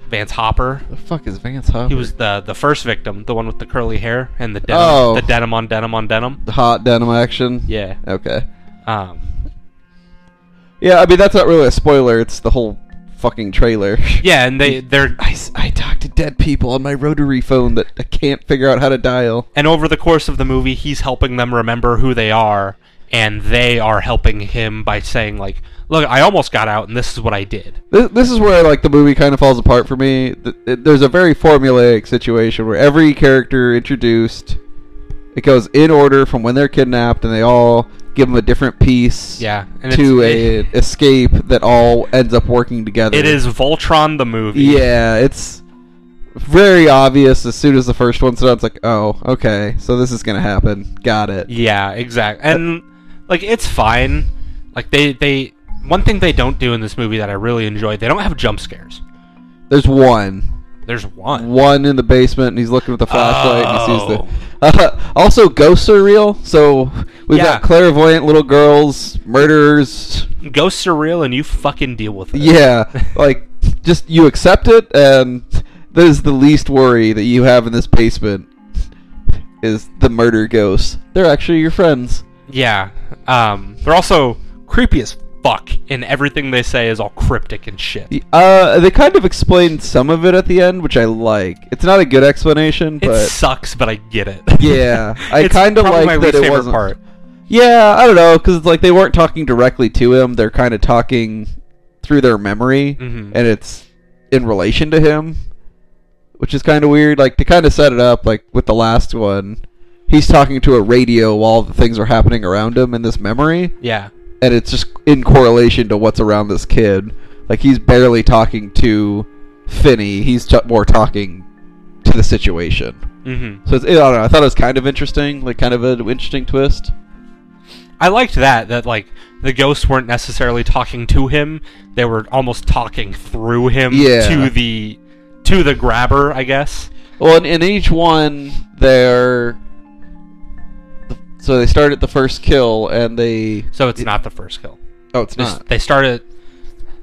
S4: Vance Hopper.
S3: the fuck is vance Hopper?
S4: He was the the first victim, the one with the curly hair and the denim,
S3: Oh.
S4: the denim on denim on denim.
S3: The hot denim action.
S4: Yeah.
S3: Okay.
S4: Um,
S3: Yeah, I mean that's not really a spoiler. It's the whole fucking trailer.
S4: yeah, and they they're
S3: I, s- I talk to dead people on my rotary phone that I can't figure out how to dial.
S4: and over the course of the movie, he's helping them remember who they are, and they are helping him by saying like, "Look, I almost got out, and this is what I did."
S3: This, this is where like the movie kind of falls apart for me. Th- it- There's a very formulaic situation where every character introduced, it goes in order from when they're kidnapped, and they all give them a different piece.
S4: Yeah, and
S3: To a
S4: it's, it-
S3: escape that all ends up working together.
S4: it is Voltron the movie.
S3: Yeah, it's very obvious as soon as the first one's done. It's like, oh, okay, so this is gonna happen. Got it.
S4: Yeah, exactly. And like it's fine. Like they they one thing they don't do in this movie that I really enjoy, they don't have jump scares.
S3: There's one,
S4: There's one.
S3: one in the basement, and he's looking at the flashlight and he
S4: Oh.
S3: sees the. also, ghosts are real. So we've
S4: Yeah.
S3: got clairvoyant little girls, murderers.
S4: Ghosts are real, and you fucking deal with it.
S3: Yeah, like just you accept it, and that is the least worry that you have in this basement. Is the murder ghosts? They're actually your friends.
S4: Yeah. Um, they're also creepy as fuck, and everything they say is all cryptic and shit.
S3: The- Uh, they kind of explain some of it at the end, which I like. It's not a good explanation,
S4: It
S3: but
S4: sucks, but I get it.
S3: Yeah, I
S4: It's
S3: kinda
S4: probably
S3: like
S4: my
S3: that
S4: least
S3: it
S4: favorite
S3: wasn't-
S4: part.
S3: yeah, I don't know, because like they weren't talking directly to him; they're kind of talking through their memory,
S4: Mhm.
S3: and it's in relation to him, which is kind of weird. Like to kind of set it up, like with the last one, he's talking to a radio while the things are happening around him in this memory,
S4: Yeah.
S3: and it's just in correlation to what's around this kid. Like he's barely talking to Finney; he's t- more talking to the situation.
S4: Mm-hmm.
S3: So it's, I don't know. I thought it was kind of interesting, like kind of an interesting twist.
S4: I liked that that like the ghosts weren't necessarily talking to him; they were almost talking through him
S3: Yeah.
S4: to the to the grabber, I guess.
S3: Well, in, in each one, they're so they start at the first kill, and they
S4: So it's not the first kill.
S3: oh, it's
S4: They, s-
S3: not.
S4: they start at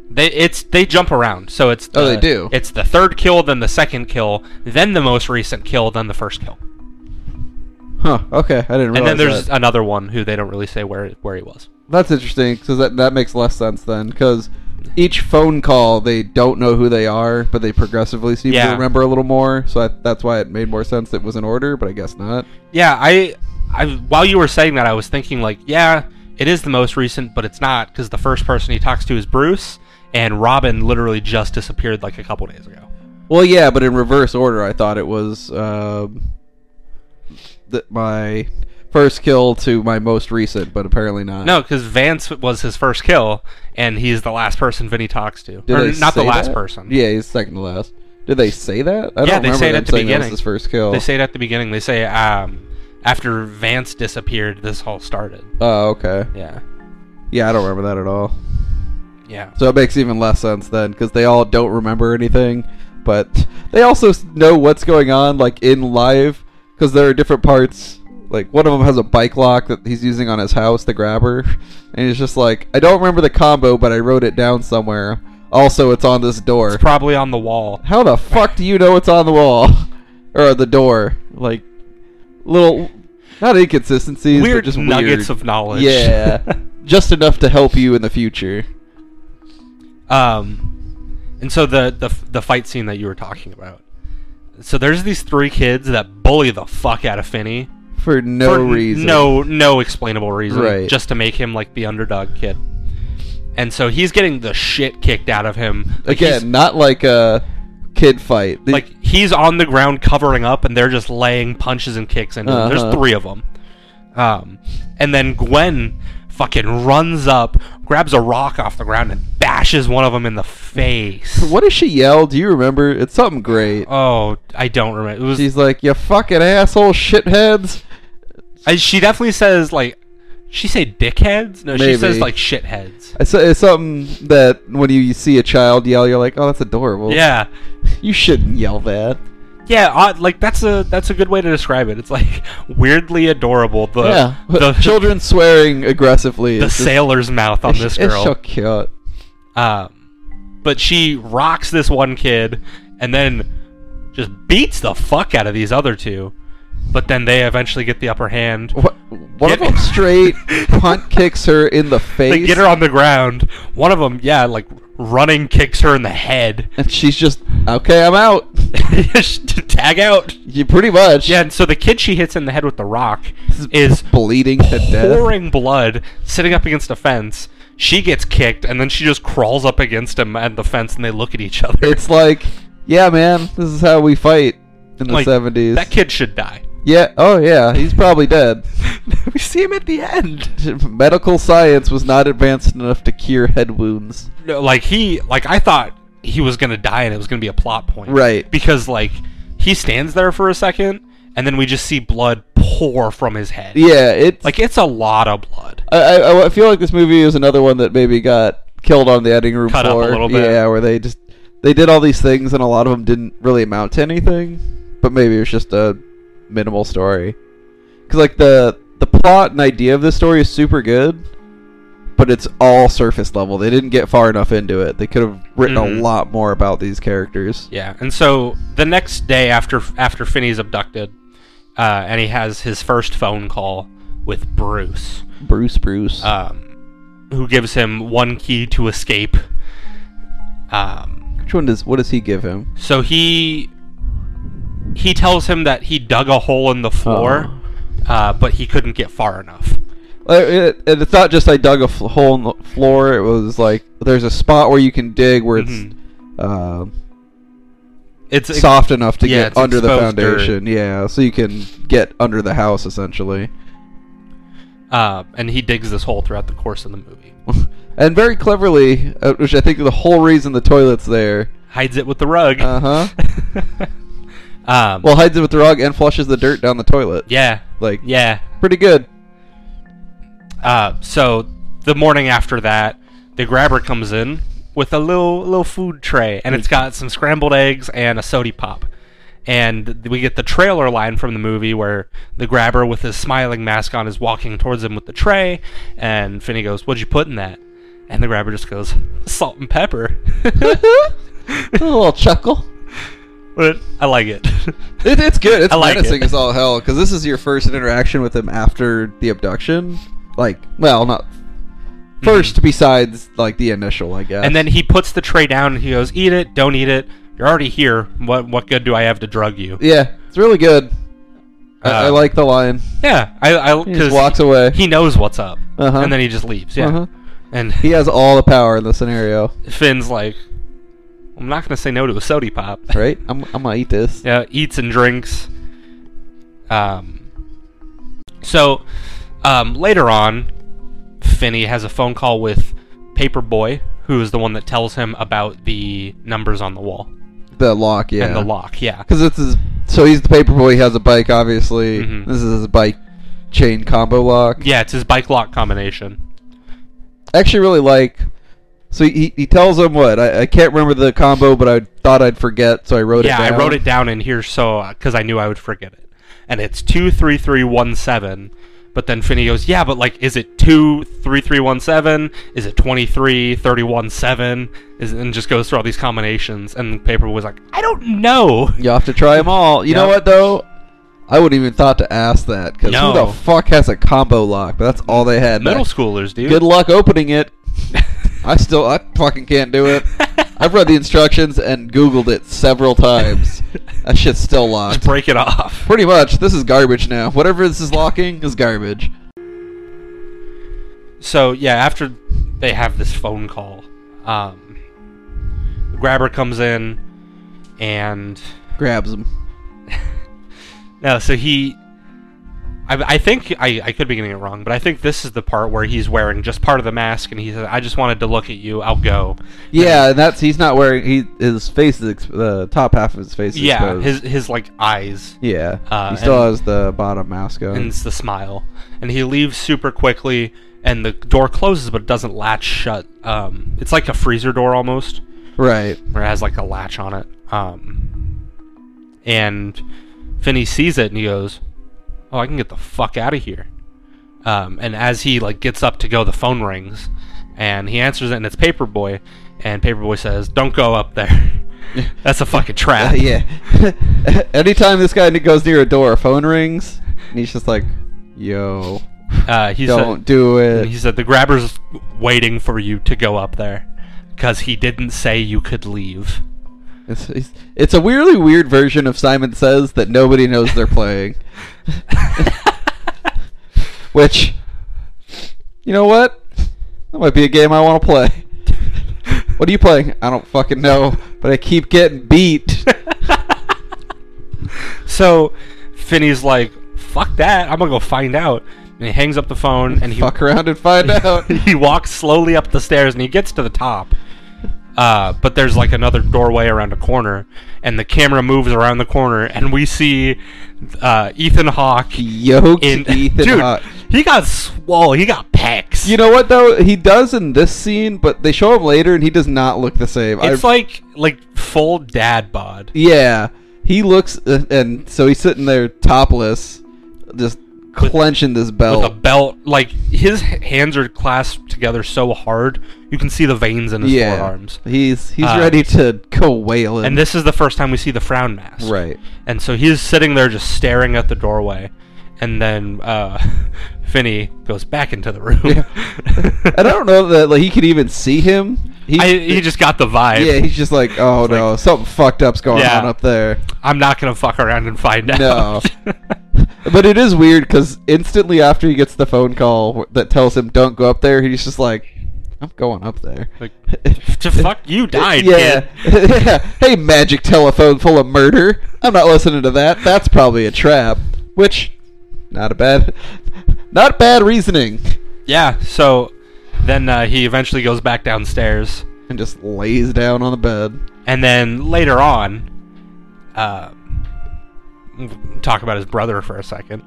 S4: they it's they jump around. So it's
S3: Oh, they
S4: the-
S3: do.
S4: It's the third kill, then the second kill, then the most recent kill, then the first kill,
S3: Huh? Okay, I didn't realize.
S4: and then there's
S3: that.
S4: another one who they don't really say where where he was.
S3: that's interesting because that that makes less sense then because each phone call they don't know who they are, but they progressively seem to
S4: Yeah.
S3: remember a little more. So I, that's why it made more sense. It was in order, but I guess not.
S4: Yeah, I, I while you were saying that, I was thinking like, yeah, it is the most recent, but it's not because the first person he talks to is Bruce, and Robin literally just disappeared like a couple days ago.
S3: Well, yeah, but in reverse order, I thought it was um, th- my first kill to my most recent, but apparently not.
S4: No, because Vance was his first kill, and he's the last person Vinny talks to,
S3: Did
S4: or
S3: they
S4: not the
S3: say
S4: last
S3: that?
S4: person.
S3: Yeah, he's second to last. Did they say that? I
S4: Yeah,
S3: don't
S4: they
S3: remember
S4: say it
S3: them
S4: at the
S3: saying that was
S4: beginning.
S3: his first kill.
S4: They say it at the beginning. They say um, after Vance disappeared, this all started.
S3: oh, okay.
S4: Yeah,
S3: Yeah, I don't remember that at all.
S4: yeah,
S3: So it makes even less sense then, because they all don't remember anything, but they also s- know what's going on, like in live, because there are different parts. Like one of them has a bike lock that he's using on his house, the grabber, and he's just like, I don't remember the combo, but I wrote it down somewhere. Also, it's on this door.
S4: it's probably on the wall.
S3: How the fuck do you know it's on the wall or the door? Like little, not inconsistencies, but
S4: Weird
S3: just weird.
S4: nuggets of knowledge.
S3: Yeah, just enough to help you in the future.
S4: Um, and so the, the the fight scene that you were talking about. So there's these three kids that bully the fuck out of Finney
S3: For no
S4: for n-
S3: reason.
S4: no no explainable reason,
S3: Right.
S4: just to make him like the underdog kid. And so he's getting the shit kicked out of him Like, he's-
S3: Again, not like a kid fight. The-
S4: like he's on the ground covering up, and they're just laying punches and kicks into him.
S3: Uh-huh.
S4: There's three of them, um, and then Gwen fucking runs up, grabs a rock off the ground, and bashes one of them in the face.
S3: what does she yell? Do you remember? It's something great.
S4: Oh, I don't remember. It was
S3: She's like, "You fucking asshole, shitheads."
S4: I, she definitely says like she say dickheads. No,
S3: Maybe.
S4: she says like shitheads.
S3: It's, it's something that when you see a child yell, you're like, "Oh, that's adorable."
S4: Yeah,
S3: you shouldn't yell that.
S4: yeah. Odd, like that's a that's a good way to describe it. It's like weirdly adorable. The
S3: yeah,
S4: the
S3: children swearing aggressively.
S4: the
S3: is just-
S4: sailor's mouth on
S3: it's-
S4: this
S3: It's so
S4: girl.
S3: cute.
S4: Um, but she rocks this one kid and then just beats the fuck out of these other two. But then they eventually get the upper hand.
S3: What, one of
S4: Get-
S3: them straight punt kicks her in the
S4: They
S3: face,
S4: get her on the ground. One of them, yeah, like running kicks her in the head.
S3: and she's just okay. I'm out.
S4: Tag out.
S3: You pretty much.
S4: Yeah, and so the kid she hits in the head with the rock is
S3: bleeding to death.
S4: pouring blood, sitting up against a fence. She gets kicked, and then she just crawls up against him at the fence, and they look at each other.
S3: It's like, yeah, man, this is how we fight in the
S4: Like,
S3: seventies.
S4: That kid should die.
S3: yeah. Oh yeah, he's probably dead.
S4: we see him at the end.
S3: Medical science was not advanced enough to cure head wounds.
S4: No, like he, like I thought he was gonna die, and it was gonna be a plot point,
S3: Right.
S4: Because like he stands there for a second, and then we just see blood pour from his head.
S3: Yeah, it's
S4: Like it's a lot of blood.
S3: I, I, I feel like this movie is another one that maybe got killed on the editing room
S4: Cut up a
S3: floor.
S4: little bit.
S3: Yeah, where they just they did all these things and a lot of them didn't really amount to anything, but maybe it was just a minimal story. Because like the the plot and idea of this story is super good, but it's all surface level. They didn't get far enough into it. They could have written a
S4: Mhm.
S3: lot more about these characters.
S4: Yeah, and so the next day after after Finney's abducted, uh, and he has his first phone call with Bruce.
S3: Bruce Bruce.
S4: um, who gives him one key to escape. Um,
S3: Which one does what does he give him?
S4: so he he tells him that he dug a hole in the floor,
S3: Oh.
S4: uh, but he couldn't get far enough.
S3: Uh, it- and it's not just I dug a f- hole in the floor. It was like there's a spot where you can dig where it's
S4: Mhm.
S3: uh,
S4: It's ex-
S3: soft enough to
S4: yeah,
S3: get
S4: it's
S3: under the
S4: exposed dirt.
S3: foundation. Yeah, so you can get under the house essentially.
S4: uh, and he digs this hole throughout the course of the movie.
S3: And very cleverly, uh, which I think the whole reason the toilet's there.
S4: Hides it with the rug.
S3: Uh huh.
S4: um,
S3: Well, hides it with the rug and flushes the dirt down the toilet.
S4: yeah,
S3: Like,
S4: yeah.
S3: pretty good.
S4: Uh, so the morning after that, the grabber comes in with a little little food tray, and it's got some scrambled eggs and a sody pop. And we get the trailer line from the movie where the grabber with his smiling mask on is walking towards him with the tray, and Finney goes, "What'd you put in that?" And the grabber just goes, "Salt and pepper."
S3: A little chuckle.
S4: but I like it.
S3: It, it's good. It's
S4: I like
S3: menacing
S4: it.
S3: as all hell because this is your first interaction with him after the abduction. Like, well, not 1st besides like the initial, I guess.
S4: Mm-hmm. and then he puts the tray down and he goes, "Eat it. Don't eat it. You're already here. What what good do I have to drug you?"
S3: yeah, it's really good. I, I
S4: Uh,
S3: like the line.
S4: Yeah, I, I
S3: He just
S4: because
S3: walks away.
S4: He knows what's up,
S3: Uh-huh.
S4: and then he just leaves. Yeah,
S3: Uh-huh.
S4: and
S3: He has all the power in the scenario,
S4: Finn's like, "I'm not gonna say no to a sody pop."
S3: right? I'm, I'm gonna eat this.
S4: yeah, eats and drinks. Um, so um, later on, Finney has a phone call with Paperboy, who is the one that tells him about the numbers on the wall
S3: The lock, yeah.
S4: and the lock. Yeah,
S3: Because it's his. So he's the paper boy. He has a bike, obviously.
S4: Mhm.
S3: This is his bike chain combo lock.
S4: yeah, it's his bike lock combination.
S3: I actually really like. So he, he tells him what I, I can't remember the combo, but I thought I'd forget, so I wrote
S4: yeah,
S3: it. down.
S4: I wrote it down in here so because I knew I would forget it. And it's two three three one seven. But then Finney goes, yeah, but like, is it two three three one seven? Is it twenty three thirty one seven? Is and just goes through all these combinations. And Paper was like, I don't know.
S3: You have to try them all. You know
S4: Yeah.
S3: what though? I wouldn't even thought to ask that because
S4: No.
S3: who the fuck has a combo lock? But that's all they had.
S4: Middle
S3: back-
S4: schoolers, dude.
S3: Good luck opening it. I still I fucking can't do it. I've read the instructions and Googled it several times. that shit's still locked.
S4: Just break it off.
S3: Pretty much, this is garbage now. Whatever this is locking is garbage.
S4: So yeah, after they have this phone call, um, the grabber comes in and
S3: Grabs him.
S4: No, so he. I, I think I, I could be getting it wrong, but I think this is the part where he's wearing just part of the mask, and he says, "I just wanted to look at you. I'll go."
S3: Yeah, and that's he's not wearing he his face is exp- the top half of his face. Is
S4: yeah,
S3: exposed.
S4: his his like eyes
S3: yeah.
S4: uh,
S3: he still
S4: and-
S3: has the bottom mask on.
S4: and it's the smile, and he leaves super quickly, and the door closes, but it doesn't latch shut. Um, it's like a freezer door almost,
S3: right.
S4: where it has like a latch on it. Um, and Finney sees it and he goes, "Oh, I can get the fuck out of here." Um, and as he like gets up to go, the phone rings, and he answers it, and it's Paperboy, and Paperboy says, "Don't go up there. That's a fucking trap."
S3: yeah. Anytime this guy goes near a door, a phone rings, and he's just like, "Yo,
S4: Uh, he said-
S3: don't do
S4: And he
S3: it."
S4: said the grabber's waiting for you to go up there because he didn't say you could leave.
S3: It's, it's, it's a weirdly weird version of Simon Says that nobody knows they're playing. Which, you know what? That might be a game I want to play. What are you playing? I don't fucking know, but I keep getting beat.
S4: So Finney's like, "Fuck that! I'm gonna go find out." And he hangs up the phone and he
S3: Fuck around and find out.
S4: he walks slowly up the stairs and he gets to the top. Uh, but there's like another doorway around a corner, and the camera moves around the corner, and we see uh, Ethan Hawke
S3: Yoked
S4: in
S3: E-, Ethan
S4: dude.
S3: Hawke.
S4: He got swole. He got pecs.
S3: You know what though? He does in this scene, but they show him later, and he does not look the same.
S4: it's
S3: I-
S4: like like full dad bod.
S3: yeah, he looks, uh, and so he's sitting there topless, just clenching this belt.
S4: with a belt. Like his h- hands are clasped together so hard, you can see the veins in his
S3: yeah,
S4: forearms.
S3: he's he's
S4: Uh,
S3: ready to go whaling.
S4: And this is the first time we see the frown mask.
S3: right?
S4: And so he's sitting there just staring at the doorway, and then uh, Finney goes back into the room.
S3: And I don't know that like he could even see him. He,
S4: I, he just got the vibe.
S3: yeah, he's just like, oh no, something fucked up's going
S4: Yeah.
S3: on up there.
S4: I'm not gonna fuck around and find
S3: No.
S4: out.
S3: But it is weird because instantly after he gets the phone call that tells him don't go up there, he's just like, I'm going up there.
S4: Like, to fuck you died,
S3: yeah.
S4: kid.
S3: yeah. Hey, magic telephone full of murder. I'm not listening to that. That's probably a trap. Which, not a bad, not bad reasoning.
S4: yeah. So then uh, he eventually goes back downstairs,
S3: And just lays down on the bed.
S4: and then later on, uh, talk about his brother for a second.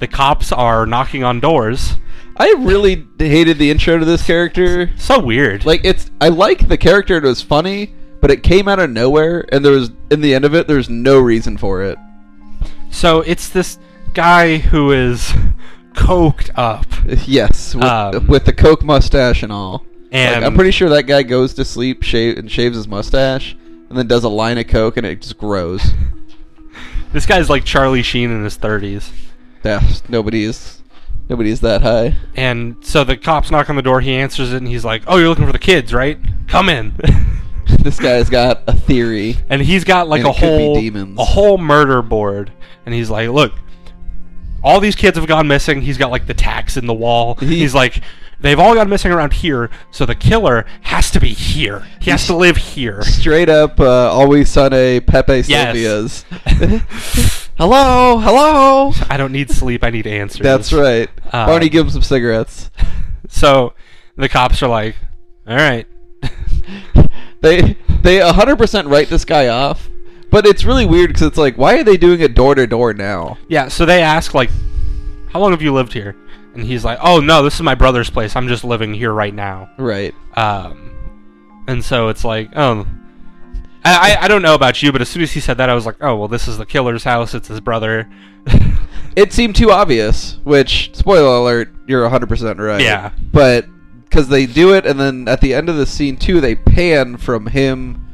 S4: The cops are knocking on doors.
S3: I really hated the intro to this character.
S4: So weird.
S3: Like it's, I like the character. It was funny, but it came out of nowhere, and there was in the end of it, there's no reason for it.
S4: so it's this guy who is coked up,
S3: Yes, with,
S4: Um,
S3: with the Coke mustache and all. Like,
S4: and
S3: I'm pretty sure that guy goes to sleep, shave, and shaves his mustache, and then does a line of coke, and it just grows.
S4: this guy's like Charlie Sheen in his 30s.
S3: yeah, nobody is, nobody is that high.
S4: And so the cops knock on the door. He answers it, and he's like, "Oh, you're looking for the kids, right? Come in."
S3: This guy's got a theory.
S4: and he's got like
S3: And
S4: a
S3: it could be
S4: whole
S3: demons.
S4: a whole murder board, and he's like, "Look, all these kids have gone missing." He's got like the tacks in the wall.
S3: He-
S4: he's like, "They've all gone missing around here, so the killer has to be here. He has to live here."
S3: Straight up, uh, always Sunday Pepe Sylvia's. hello, hello.
S4: I don't need sleep. I need answers.
S3: That's right.
S4: Um,
S3: Barney, give him some cigarettes.
S4: So the cops are like, "All right."
S3: They they 100% write this guy off, but it's really weird because it's like, why are they doing it door to door now?
S4: Yeah, so they ask like, "How long have you lived here?" And he's like, "Oh no, this is my brother's place. I'm just living here right now."
S3: Right.
S4: Um, and so it's like, oh, I I, I don't know about you, but as soon as he said that, I was like, oh well, this is the killer's house. It's his brother.
S3: it seemed too obvious which spoiler alert you're 100% right
S4: Yeah.
S3: but because they do it and then at the end of the scene too they pan from him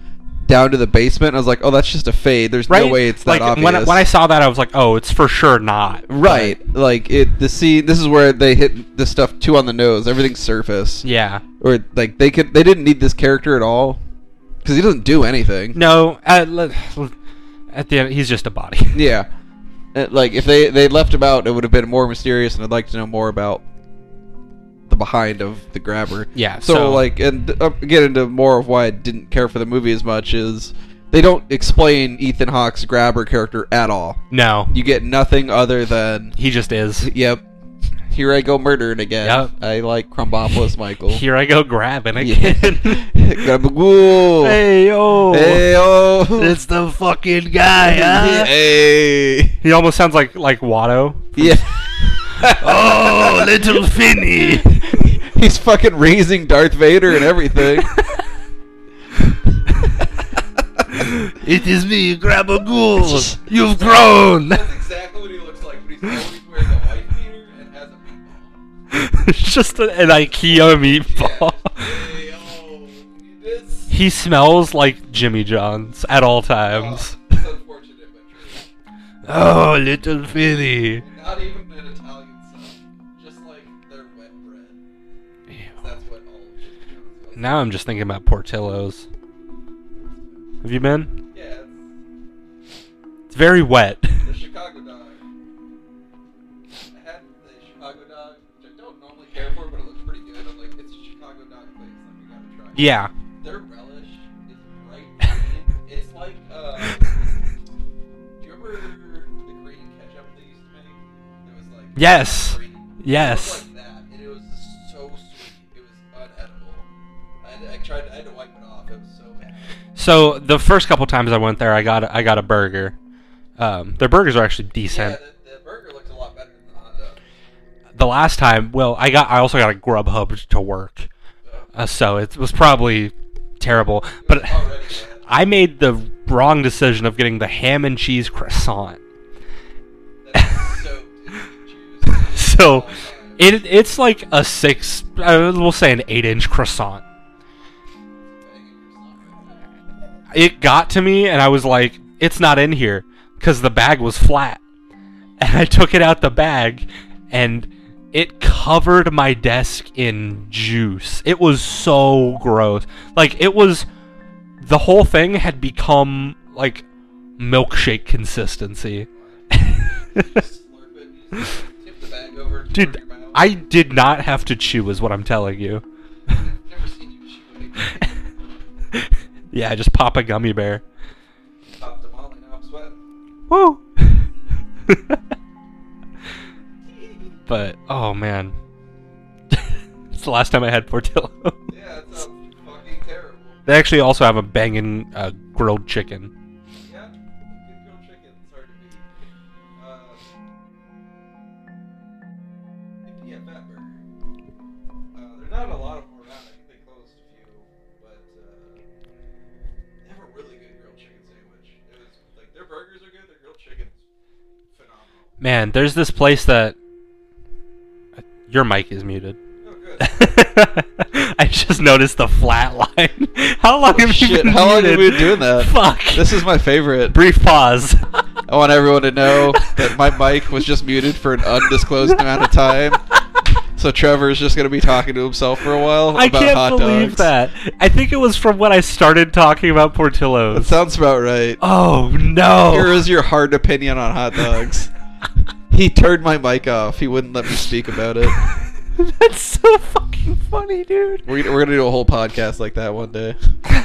S3: down to the basement and i was like oh that's just a fade there's
S4: right?
S3: no way it's that
S4: like
S3: obvious
S4: when I- when I saw that, I was like, oh, it's for sure not.
S3: right like it the scene this is where they hit the stuff too on the nose everything's surface
S4: Yeah.
S3: or like they could they didn't need this character at all because he doesn't do anything
S4: No. At, le- at the end, he's just a body.
S3: Yeah. Uh, Like if they they left him out, it would have been more mysterious, and I'd like to know more about the behind of the grabber.
S4: Yeah,
S3: So,
S4: so-
S3: like, and uh, get into more of why I didn't care for the movie as much is they don't explain Ethan Hawke's grabber character at all.
S4: No.
S3: You get nothing other than
S4: He just is.
S3: yep, here I go murdering again.
S4: Yep.
S3: I like Crombopolis Michael.
S4: Here I go grabbing
S3: Yeah.
S4: again.
S3: Gabagool.
S4: hey yo.
S3: Hey, oh.
S4: It's the fucking guy, huh?
S3: Hey.
S4: He almost sounds like like Watto.
S3: Yeah.
S4: Oh, little Finny.
S3: He's fucking raising Darth Vader and everything.
S4: It is me, grab a ghoul. You've grown.
S3: exactly what he looks like, but he's always wearing a white beater and has a
S4: it's just an, an IKEA meatball.
S3: meatball.
S4: He smells like Jimmy John's at all times. Oh, little Finny.
S3: Not even an Italian son. Just like their wet bread. That's what all of
S4: Now I'm just thinking about Portillo's. Have you been?
S3: Yeah,
S4: It's very wet.
S3: the Chicago dog. I had the Chicago dog, which I don't normally care for, but it looks pretty good. I'm like, it's a Chicago dog place, we gotta try
S4: yeah.
S3: Their relish is right. it's like, uh, do you remember the green ketchup they used to make? It was like
S4: Yes.
S3: green. It
S4: Yes.
S3: was like that, and it was so sweet. It was unedible. I, I tried. I had to wipe it off. It was so bad.
S4: So the first couple times I went there, I got I got a burger. Um, their burgers are actually
S3: Yeah,
S4: decent.
S3: the, the burger looked a lot better than the hot dog.
S4: the last time, well, I got I also got a Grubhub to work, uh, so it was probably terrible. But
S3: Already, man.
S4: I made the wrong decision of getting the ham and cheese croissant.
S3: That's so juice.
S4: So it it's like a six, uh, we'll say an eight inch croissant. It got to me, and I was like, "It's not in here," because the bag was flat. and I took it out the bag, and it covered my desk in juice. It was so gross. Like it was, the whole thing had become like milkshake consistency.
S2: Tip the bag over.
S4: Dude, I did not have to chew, is what I'm telling you.
S2: never seen you chew
S4: Yeah, just pop a gummy bear.
S2: Pop the molly now. I'm sweating.
S4: Woo! but oh man, it's the last time I had Portillo.
S2: Yeah, that sounds fucking terrible.
S4: they actually also have a banging uh, grilled chicken.
S2: Yeah, good grilled chicken. It's hard to beat. Uh, yeah, Fat Burger. Uh, there are not a lot of them around. I think they closed a few, but uh, they have a really good grilled chicken sandwich. It was like their burgers are good. Their grilled chicken's phenomenal.
S4: Man, there's this place that your mic is muted.
S2: Oh, good.
S4: I just noticed the flat line. How long have you
S3: Oh, Shit,
S4: been
S3: how long have
S4: muted?
S3: we been doing that?
S4: Fuck.
S3: This is my favorite.
S4: brief pause.
S3: I want everyone to know that my mic was just muted for an undisclosed amount of time. So Trevor's just gonna be talking to himself for a while
S4: I
S3: about hot
S4: can't believe
S3: dogs.
S4: that. I think it was from when I started talking about
S3: That
S4: Portillo's.
S3: sounds about right.
S4: oh no.
S3: Here is your hard opinion on hot dogs. he turned my mic off. He wouldn't let me speak about it.
S4: That's so fucking funny, dude.
S3: We're, gonna- we're gonna do a whole podcast like that one day.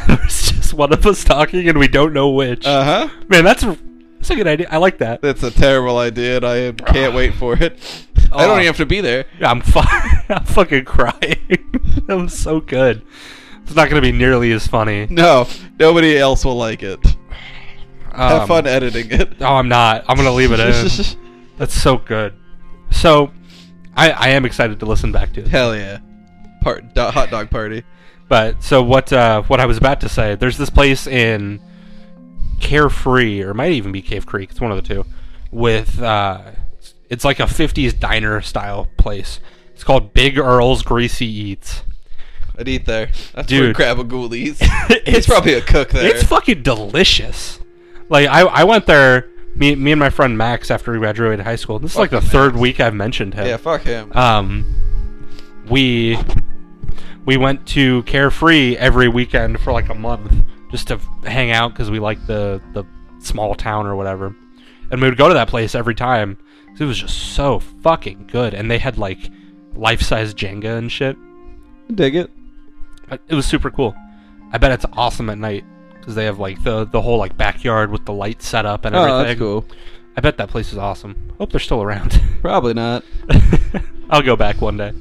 S4: There's just one of us talking and we don't know which.
S3: Uh huh.
S4: Man, that's a, that's a good idea. I like that.
S3: That's a terrible idea, and I am- can't wait for it. I
S4: Oh.
S3: don't even have to be there.
S4: I'm, fu- I'm fucking crying. that was so good. It's not going to be nearly as funny.
S3: No, nobody else will like it.
S4: Um,
S3: have fun eh? editing it.
S4: Oh, I'm not. I'm going to leave it in. That's so good. So, I, I am excited to listen back to it.
S3: Hell yeah. Part, do, hot dog party.
S4: But so what? Uh, what I was about to say. There's this place in Carefree, or it might even be Cave Creek. It's one of the two. With uh, it's like a '50s diner style place. It's called Big Earl's Greasy Eats.
S3: I'd eat there. That's where
S4: Dude.
S3: crab a ghoulies.
S4: It's-
S3: It's probably a cook there.
S4: It's fucking delicious. Like I, I went there. Me, me and my friend Max after we graduated high school. This is like the
S3: Fucking
S4: third week I've mentioned him.
S3: yeah, fuck him.
S4: um, we we went to Carefree every weekend for like a month just to hang out because we liked the the small town or whatever, and we would go to that place every time. It was just so fucking good, and they had like life size Jenga and shit.
S3: Dig it.
S4: Uh, It was super cool. I bet it's awesome at night because they have like the the whole like backyard with the light set up and everything.
S3: Oh, that's cool.
S4: I bet that place is awesome. Hope they're still around.
S3: Probably not.
S4: I'll go back one day.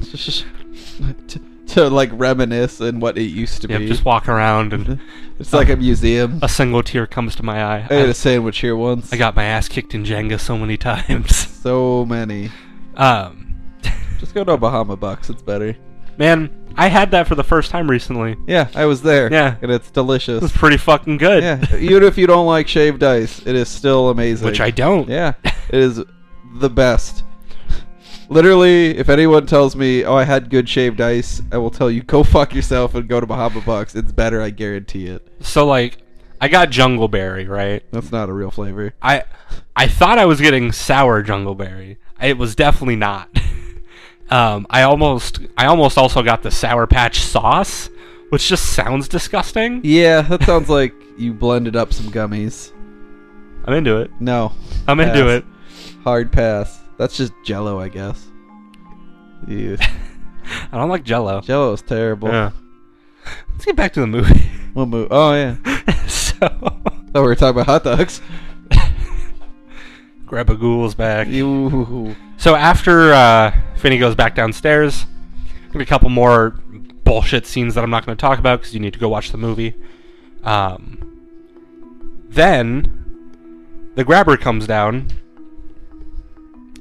S3: to, to like reminisce and what it used to
S4: Yeah,
S3: be.
S4: just walk around and
S3: it's like a museum.
S4: a single tear comes to my eye.
S3: I ate
S4: I,
S3: a sandwich here once.
S4: I got my ass kicked in Jenga so many times.
S3: so many.
S4: Um,
S3: Just go to a Bahama Box. It's better.
S4: man, I had that for the first time recently.
S3: Yeah, I was there.
S4: Yeah.
S3: and it's
S4: It was
S3: delicious.
S4: pretty fucking good.
S3: yeah, even if you don't like shaved ice, it is still amazing.
S4: Which I don't.
S3: Yeah, it is the best. Literally, if anyone tells me, "Oh, I had good shaved ice," I will tell you, "Go fuck yourself and go to Bahama Box. It's better. I guarantee it."
S4: So like, I got Jungleberry right.
S3: That's not a real flavor.
S4: I I thought I was getting sour Jungleberry. It was definitely not. um, I almost I almost also got the Sour Patch sauce, which just sounds disgusting.
S3: Yeah, that sounds like you blended up some gummies.
S4: I'm into it.
S3: No,
S4: I'm into
S3: Pass.
S4: it.
S3: hard pass. That's just Jello, I guess. Ew.
S4: I don't like Jello.
S3: Jello is terrible.
S4: Yeah. Let's get back to the movie.
S3: We'll move. Oh yeah,
S4: so,
S3: thought we were talking about hot dogs.
S4: grab a ghoul's back.
S3: Ew.
S4: So after uh, Finney goes back downstairs, gonna be a couple more bullshit scenes that I'm not gonna talk about because you need to go watch the movie. Um, then the grabber comes down,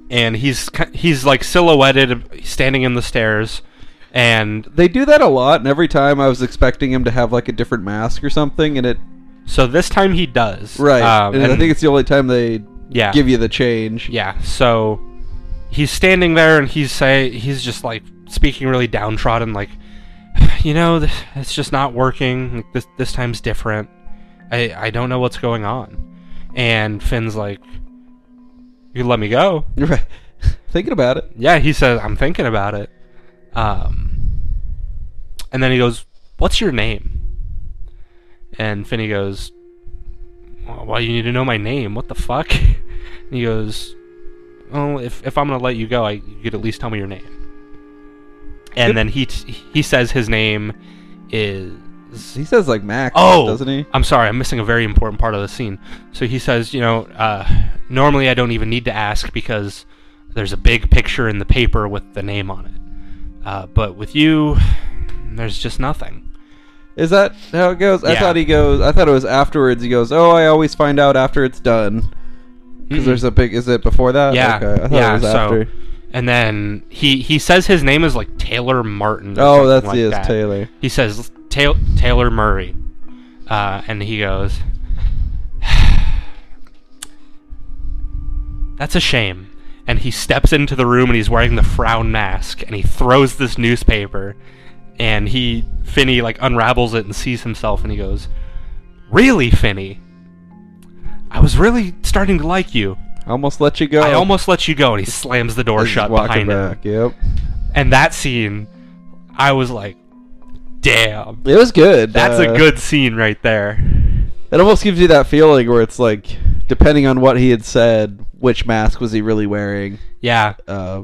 S4: and he's ki- he's like silhouetted, standing in the stairs, and
S3: They do that a lot, and every time I was expecting him to have like a different mask or something, and it
S4: so this time he does.
S3: right.
S4: Um,
S3: and I think it's the only time they
S4: yeah.
S3: give you the change.
S4: yeah so he's standing there and he's say he's just like speaking really downtrodden like you know th- it's just not working Like, this this time's different i i don't know what's going on and finn's like You let me go.
S3: You're right. Thinking about it.
S4: Yeah, he says, I'm thinking about it. Um, and then he goes, What's your name? And Finney goes, Well, why you need to know my name? What the fuck? And he goes, Well, if, if I'm going to let you go, I, you could at least tell me your name. And then he t- he says his name is
S3: He says like Max,
S4: Oh,
S3: doesn't he?
S4: I'm sorry, I'm missing a very important part of the scene. So he says, you know, uh, normally I don't even need to ask because there's a big picture in the paper with the name on it. Uh, but with you, there's just nothing.
S3: Is that how it goes? I
S4: Yeah.
S3: thought he goes. I thought it was afterwards. He goes, "Oh, I always find out after it's done." Because
S4: Mm-mm.
S3: there's a big. Is it before that?
S4: yeah,
S3: Okay. I thought
S4: yeah.
S3: it was after.
S4: So, and then he he says his name is like Taylor Martin. or
S3: oh,
S4: something
S3: that's
S4: like
S3: yes,
S4: that.
S3: Taylor.
S4: He says Tail Taylor Murray, uh, and he goes, "That's a shame." And he steps into the room, and he's wearing the frown mask, and he throws this newspaper, and he Finney like unravels it and sees himself, and he goes, "Really, Finney? I was really starting to like you.
S3: I almost let you go.
S4: I almost let you go." And he slams the door
S3: As he's
S4: shut
S3: walking
S4: behind him.
S3: back. Yep.
S4: And that scene, I was like, "Damn."
S3: It was good.
S4: That's
S3: uh,
S4: a good scene right there.
S3: It almost gives you that feeling where it's like, depending on what he had said, which mask was he really wearing?
S4: Yeah.
S3: Uh,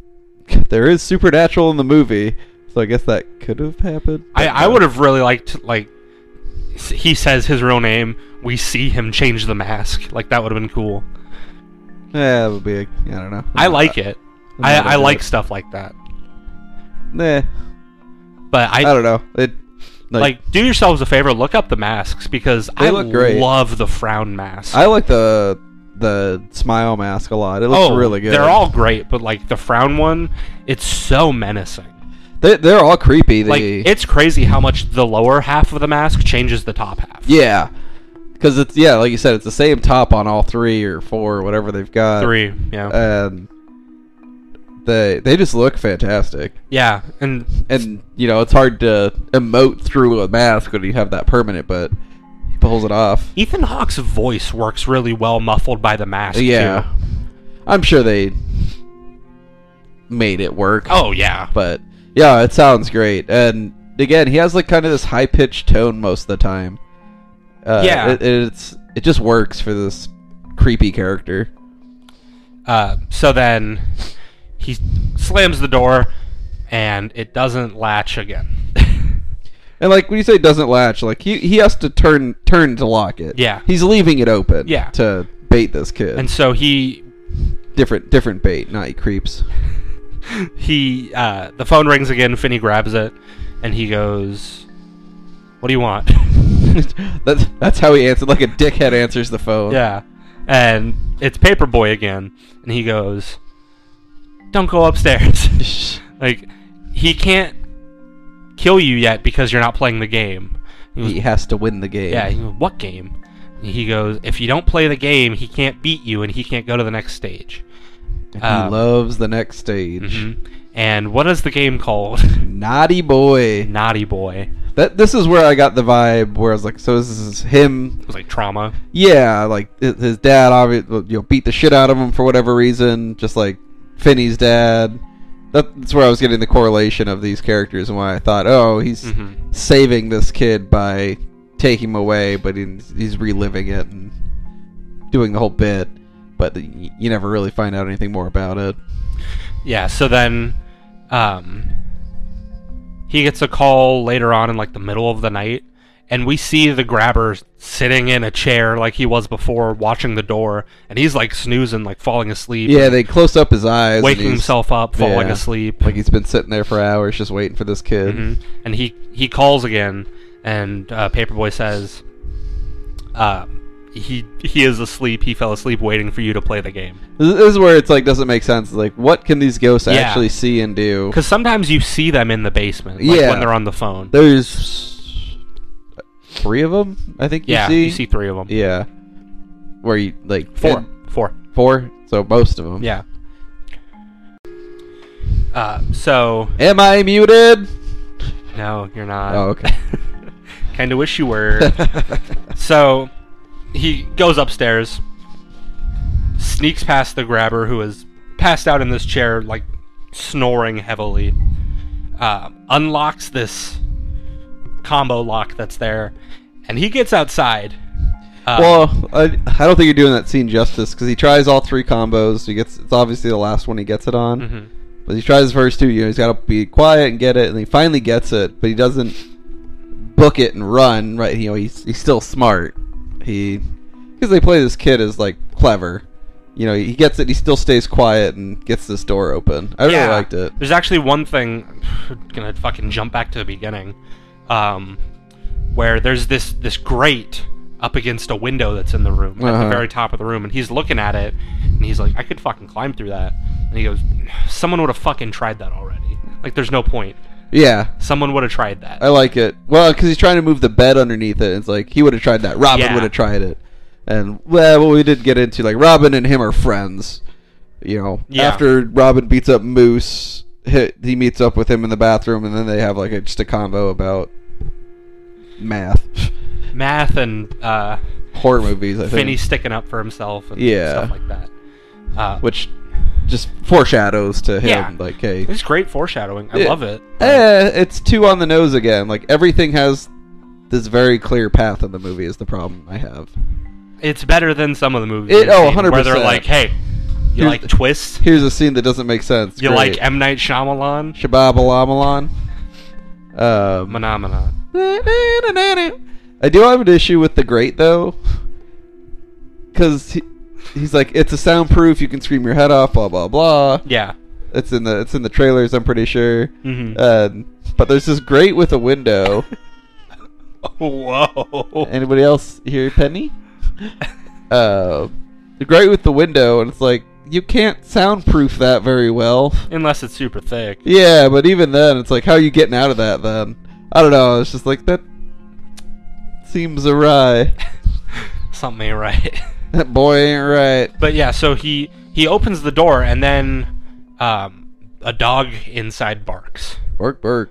S3: there is supernatural in the movie, so I guess that could have happened.
S4: I,
S3: but
S4: I
S3: no.
S4: would have really liked, like, s- he says his real name, we see him change the mask. Like, that would have been cool.
S3: Yeah, it would be. I I don't know.
S4: I like it.
S3: I'm
S4: I,
S3: not
S4: I
S3: into
S4: like
S3: it.
S4: stuff like that.
S3: Nah,
S4: But I,
S3: I, don't know. It like,
S4: like, do yourselves a favor, look up the masks because
S3: They
S4: I
S3: look great.
S4: love the frown mask.
S3: I like the the smile mask a lot. It looks
S4: oh,
S3: really good.
S4: They're all great, but, like, the frown one, it's so menacing.
S3: they, they're all creepy.
S4: Like,
S3: the-
S4: it's crazy how much the lower half of the mask changes the top half.
S3: yeah, because it's yeah, like you said, it's the same top on all three or four or whatever they've got.
S4: Three, yeah.
S3: Uh, and they they just look fantastic.
S4: yeah, and
S3: And you know, it's hard to emote through a mask when you have that permanent, but he pulls it off.
S4: Ethan Hawke's voice works really well muffled by the mask.
S3: Yeah,
S4: Too.
S3: I'm sure they made it work.
S4: Oh yeah.
S3: but yeah, it sounds great. And again, he has like kind of this high pitched tone most of the time. Uh,
S4: Yeah.
S3: it, it's it just works for this creepy character.
S4: Uh, so then he slams the door, and it doesn't latch again.
S3: And like when you say doesn't latch, like he, he has to turn turn to lock it.
S4: Yeah.
S3: he's leaving it open.
S4: Yeah.
S3: to bait this kid.
S4: and so he
S3: different different bait, not he creeps.
S4: he uh, the phone rings again. Finney grabs it, and he goes, "What do you want?"
S3: that's that's how he answered, like a dickhead answers the phone.
S4: yeah, and it's Paperboy again, and he goes, "Don't go upstairs." Like he can't kill you yet because you're not playing the game. He goes,
S3: he has to win the game.
S4: yeah, he goes, what game? And he goes, if you don't play the game, he can't beat you and he can't go to the next stage.
S3: he
S4: um,
S3: loves the next stage.
S4: Mhm. And what is the game called?
S3: Naughty boy.
S4: Naughty Boy.
S3: That this is where I got the vibe where I was like, so this is him.
S4: It was like trauma.
S3: Yeah, like hi- his dad obviously you know beat the shit out of him for whatever reason, just like Finney's dad. That- That's where I was getting the correlation of these characters and why I thought, oh, he's
S4: Mhm.
S3: saving this kid by taking him away, but he's, he's reliving it and doing the whole bit. But y- you never really find out anything more about it.
S4: Yeah, so then um, he gets a call later on in like the middle of the night, and we see the grabber sitting in a chair like he was before, watching the door, and he's like snoozing, like falling asleep.
S3: Yeah, they close up his eyes, and
S4: waking
S3: he's-
S4: himself up, falling
S3: yeah,
S4: asleep.
S3: like he's been sitting there for hours just waiting for this kid.
S4: Mhm. And he he calls again, and uh, Paperboy says, uh, "He he is asleep. He fell asleep waiting for you to play the game."
S3: This this is where it's like doesn't make sense. Like, what can these ghosts
S4: Yeah.
S3: actually see and do?
S4: Because sometimes you see them in the basement, like
S3: Yeah.
S4: when they're on the phone.
S3: There's three of them, I think. You
S4: yeah,
S3: see?
S4: you see three of them.
S3: Yeah, where you like
S4: Four,
S3: and-
S4: four.
S3: four. So most of them.
S4: Yeah. Uh, so
S3: Am I muted?
S4: no, you're not.
S3: Oh, okay.
S4: kind of wish you were. so he goes upstairs, sneaks past the grabber who is passed out in this chair, like snoring heavily. Uh, unlocks this combo lock that's there, and he gets outside. Uh,
S3: Well, I, I don't think you're doing that scene justice because he tries all three combos. He gets it's obviously the last one he gets it on,
S4: mhm.
S3: but he tries the first two. You know, he's got to be quiet and get it, and he finally gets it, but he doesn't book it and run. Right? You know, he's he's still smart. He because they play this kid as like clever. You know, he gets it. He still stays quiet and gets this door open. I really
S4: Yeah.
S3: liked it.
S4: There's actually one thing. gonna fucking jump back to the beginning, um, where there's this this grate up against a window that's in the room at
S3: Uh-huh.
S4: the very top of the room, and he's looking at it, and he's like, "I could fucking climb through that." And he goes, "Someone would have fucking tried that already. Like, there's no point.
S3: Yeah,
S4: Someone would have tried that."
S3: I like it. Well, because he's trying to move the bed underneath it. It's like he would have tried that. Robin
S4: Yeah.
S3: would have tried it. And well, what we did get into like Robin and him are friends. You know,
S4: Yeah.
S3: after Robin beats up Moose, he, he meets up with him in the bathroom, and then they have like a, just a combo about math,
S4: Math and uh,
S3: horror movies. I think,
S4: Finney sticking up for himself and
S3: Yeah.
S4: stuff like that. Uh,
S3: which just foreshadows to him
S4: Yeah.
S3: like, hey,
S4: it's great foreshadowing. I
S3: Yeah.
S4: love it.
S3: eh, it's two on the nose again. Like everything has this very clear path in the movie is the problem I have.
S4: It's better than some of the movies.
S3: It-
S4: we've
S3: oh,
S4: seen, Where they're
S3: 100%.
S4: like, hey, you
S3: Here's-
S4: like twists?
S3: Here's a scene that doesn't make sense.
S4: You
S3: Great.
S4: like M Night Shyamalan?
S3: Shabab Alamalan. Um,
S4: Phenomena.
S3: I do have an issue with the great though, because he, he's like it's a soundproof. You can scream your head off. Blah blah blah.
S4: Yeah.
S3: It's in the it's in the trailers. I'm pretty sure.
S4: Mhm.
S3: Um, but there's this grate with a window.
S4: Whoa.
S3: Anybody else hear Penny? Uh, the grate with the window, and it's like you can't soundproof that very well.
S4: Unless it's super thick.
S3: Yeah, but even then, it's like, how are you getting out of that then? I don't know. It's just like, that seems awry.
S4: Something ain't right.
S3: That boy ain't right.
S4: but yeah, so he he opens the door and then um, a dog inside barks.
S3: Bark, bark.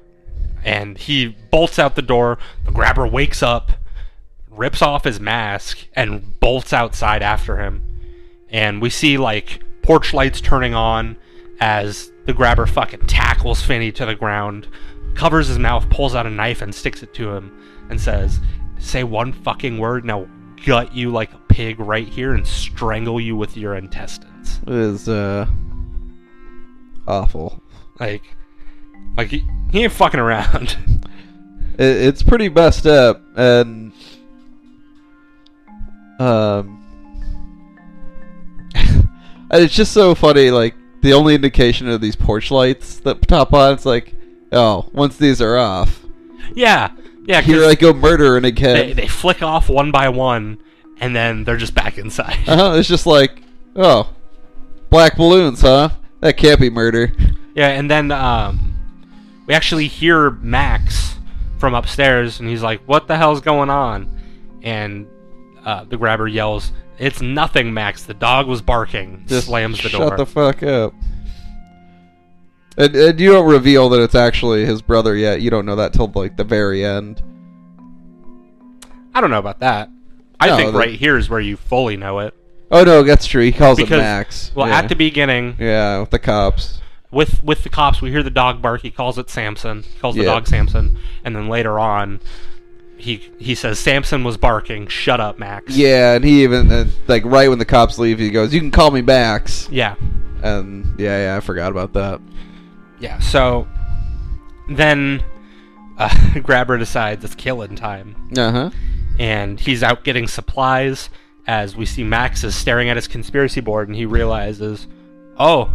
S4: and he bolts out the door. The grabber wakes up, rips off his mask, and bolts outside after him. And we see like porch lights turning on as the grabber fucking tackles Finney to the ground, covers his mouth, pulls out a knife, and sticks it to him, and says, "Say one fucking word, and I'll gut you like a pig right here and strangle you with your intestines."
S3: It is, uh, awful.
S4: Like, like he, he ain't fucking around.
S3: It, it's pretty messed up, and, um, and it's just so funny, like, the only indication of these porch lights that pop on, it's like, oh, once these are off,
S4: yeah, yeah. 'cause-
S3: here I go murdering again.
S4: they, they flick off one by one, and then they're just back inside.
S3: Uh-huh, it's just like, oh, black balloons, huh? That can't be murder.
S4: yeah, and then um, we actually hear Max from upstairs, and he's like, "What the hell's going on?" And uh, the grabber yells, "It's nothing, Max. The dog was barking."
S3: Just
S4: slams the
S3: shut
S4: door.
S3: the fuck up. And, and you don't reveal that it's actually his brother yet. You don't know that till like the very end.
S4: I don't know about that. I
S3: No,
S4: think
S3: the-
S4: right here is where you fully know it
S3: Oh no, that's true. He calls
S4: because
S3: it Max.
S4: well,
S3: yeah.
S4: at the beginning,
S3: yeah, with the cops.
S4: with with the cops, we hear the dog bark. He calls it Samson. He calls the
S3: Yeah.
S4: dog Samson, and then later on, he he says Samson was barking. Shut up, Max.
S3: Yeah, and he even and, like right when the cops leave, he goes, "You can call me Max."
S4: yeah,
S3: And yeah, yeah, I forgot about that.
S4: yeah. So then, uh, Grabber decides it's killing time,
S3: Uh huh.
S4: and he's out getting supplies. As we see Max is staring at his conspiracy board, and he realizes, oh,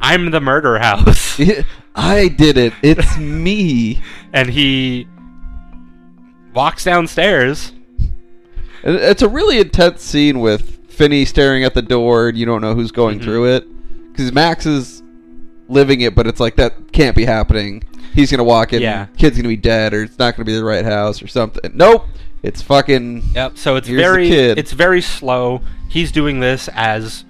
S4: I'm the murder house.
S3: I did it. It's me.
S4: and he walks downstairs.
S3: And It's a really intense scene with Finney staring at the door and you don't know who's going
S4: Mhm.
S3: through it. Because Max is living it, but it's like, that can't be happening. He's going to walk in,
S4: Yeah.
S3: kid's going to be dead, or it's not going to be the right house, or something. Nope. It's fucking.
S4: Yep. So it's
S3: Here's the
S4: very
S3: kid.
S4: it's very slow. He's doing this as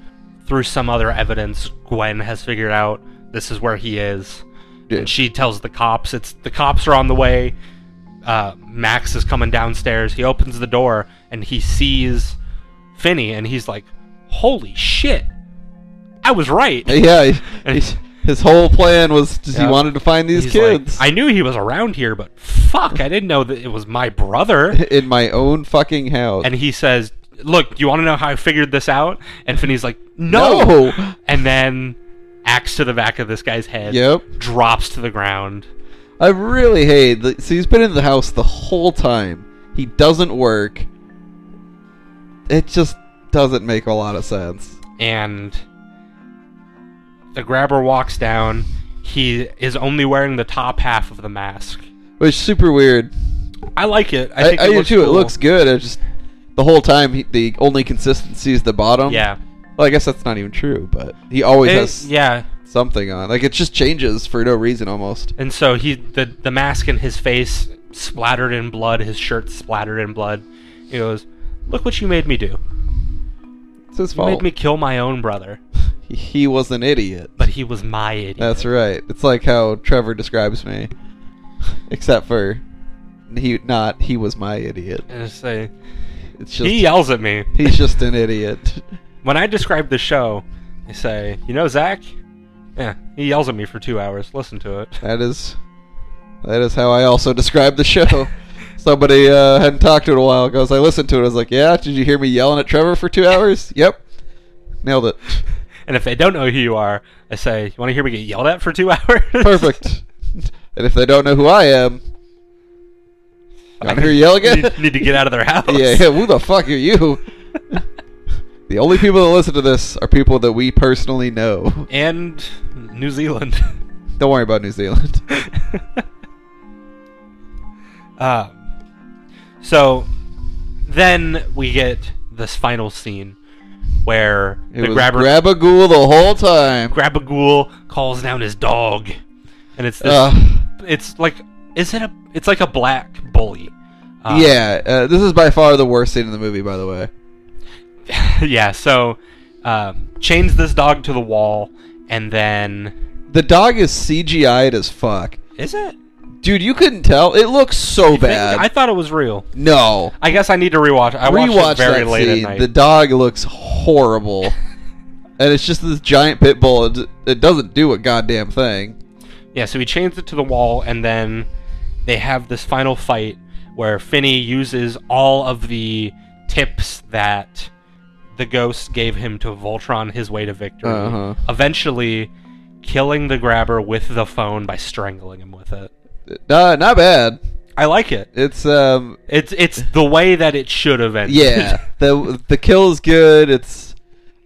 S4: through some other evidence Gwen has figured out this is where he is.
S3: Yeah.
S4: And she tells the cops it's the cops are on the way. Uh, Max is coming downstairs. He opens the door and he sees Finney and he's like, holy shit, I was right.
S3: Yeah, he- he's- his whole plan was just
S4: Yeah.
S3: he wanted to find these
S4: He's like,
S3: kids
S4: I knew he was around here, but fuck, I didn't know that it was my brother.
S3: in my own fucking house.
S4: and he says, "Look, you want to know how I figured this out?" And Finney's like, "No."
S3: no.
S4: And then axe to the back of this guy's head.
S3: Yep.
S4: Drops to the ground.
S3: I really hate. The, so he's been in the house the whole time. He doesn't work. It just doesn't make a lot of sense.
S4: and the grabber walks down. He is only wearing the top half of the mask.
S3: Which is super weird.
S4: I like it. I,
S3: I,
S4: think
S3: I
S4: it
S3: do
S4: looks
S3: too. It
S4: cool.
S3: looks good. I just the whole time he, the only consistency is the bottom.
S4: yeah,
S3: Well, I guess that's not even true, but he always
S4: It-
S3: has
S4: yeah.
S3: something on. Like it just changes for no reason almost.
S4: And so he the the mask in his face splattered in blood. His shirt splattered in blood. He goes, "Look what you made me do.
S3: It's his
S4: You
S3: fault.
S4: made me kill my own brother,
S3: He- He was an idiot.
S4: but he was my idiot."
S3: That's right. It's like how Trevor describes me, except for he not he was my idiot.
S4: And I say,
S3: It's just
S4: he uh, yells at me.
S3: he's just an idiot.
S4: when I describe the show, I say, you know, Zach? Yeah, he yells at me for two hours. Listen to it.
S3: That is that is how I also describe the show. Somebody uh, hadn't talked to it in a while goes, I listened to it. I was like, yeah, did you hear me yelling at Trevor for two hours? Yep. Nailed it.
S4: And if they don't know who you are, I say, you want to hear me get yelled at for two hours?
S3: Perfect. and if they don't know who I am, you want to hear you yell again?
S4: need, need to get out of their house.
S3: yeah, yeah, who the fuck are you? the only people that listen to this are people that we personally know.
S4: And New Zealand.
S3: Don't worry about New Zealand.
S4: uh, so then we get this final scene where
S3: It
S4: the
S3: was
S4: grabber
S3: Gabagool the whole time.
S4: Grabagool calls down his dog, and it's this
S3: Ugh.
S4: it's like is it a it's like a black bully Uh,
S3: yeah, uh, this is by far the worst scene in the movie, by the way.
S4: yeah so uh, chains this dog to the wall and then
S3: The dog is CGI'd as fuck.
S4: is it
S3: Dude, you couldn't tell. It looks so bad.
S4: i thought it was real
S3: no.
S4: i guess i need to rewatch i
S3: Rewatch
S4: watched it very
S3: that
S4: late
S3: scene.
S4: at night
S3: The dog looks horrible. and it's just this giant pit bull. It, it doesn't do a goddamn thing.
S4: yeah so he chains it to the wall and then they have this final fight where finney uses all of the tips that the ghost gave him to voltron his way to victory
S3: Uh-huh.
S4: eventually killing the grabber with the phone by strangling him with it
S3: Uh, not bad.
S4: I like it.
S3: It's um
S4: It's it's the way that it should have ended.
S3: yeah. the the kill is good. It's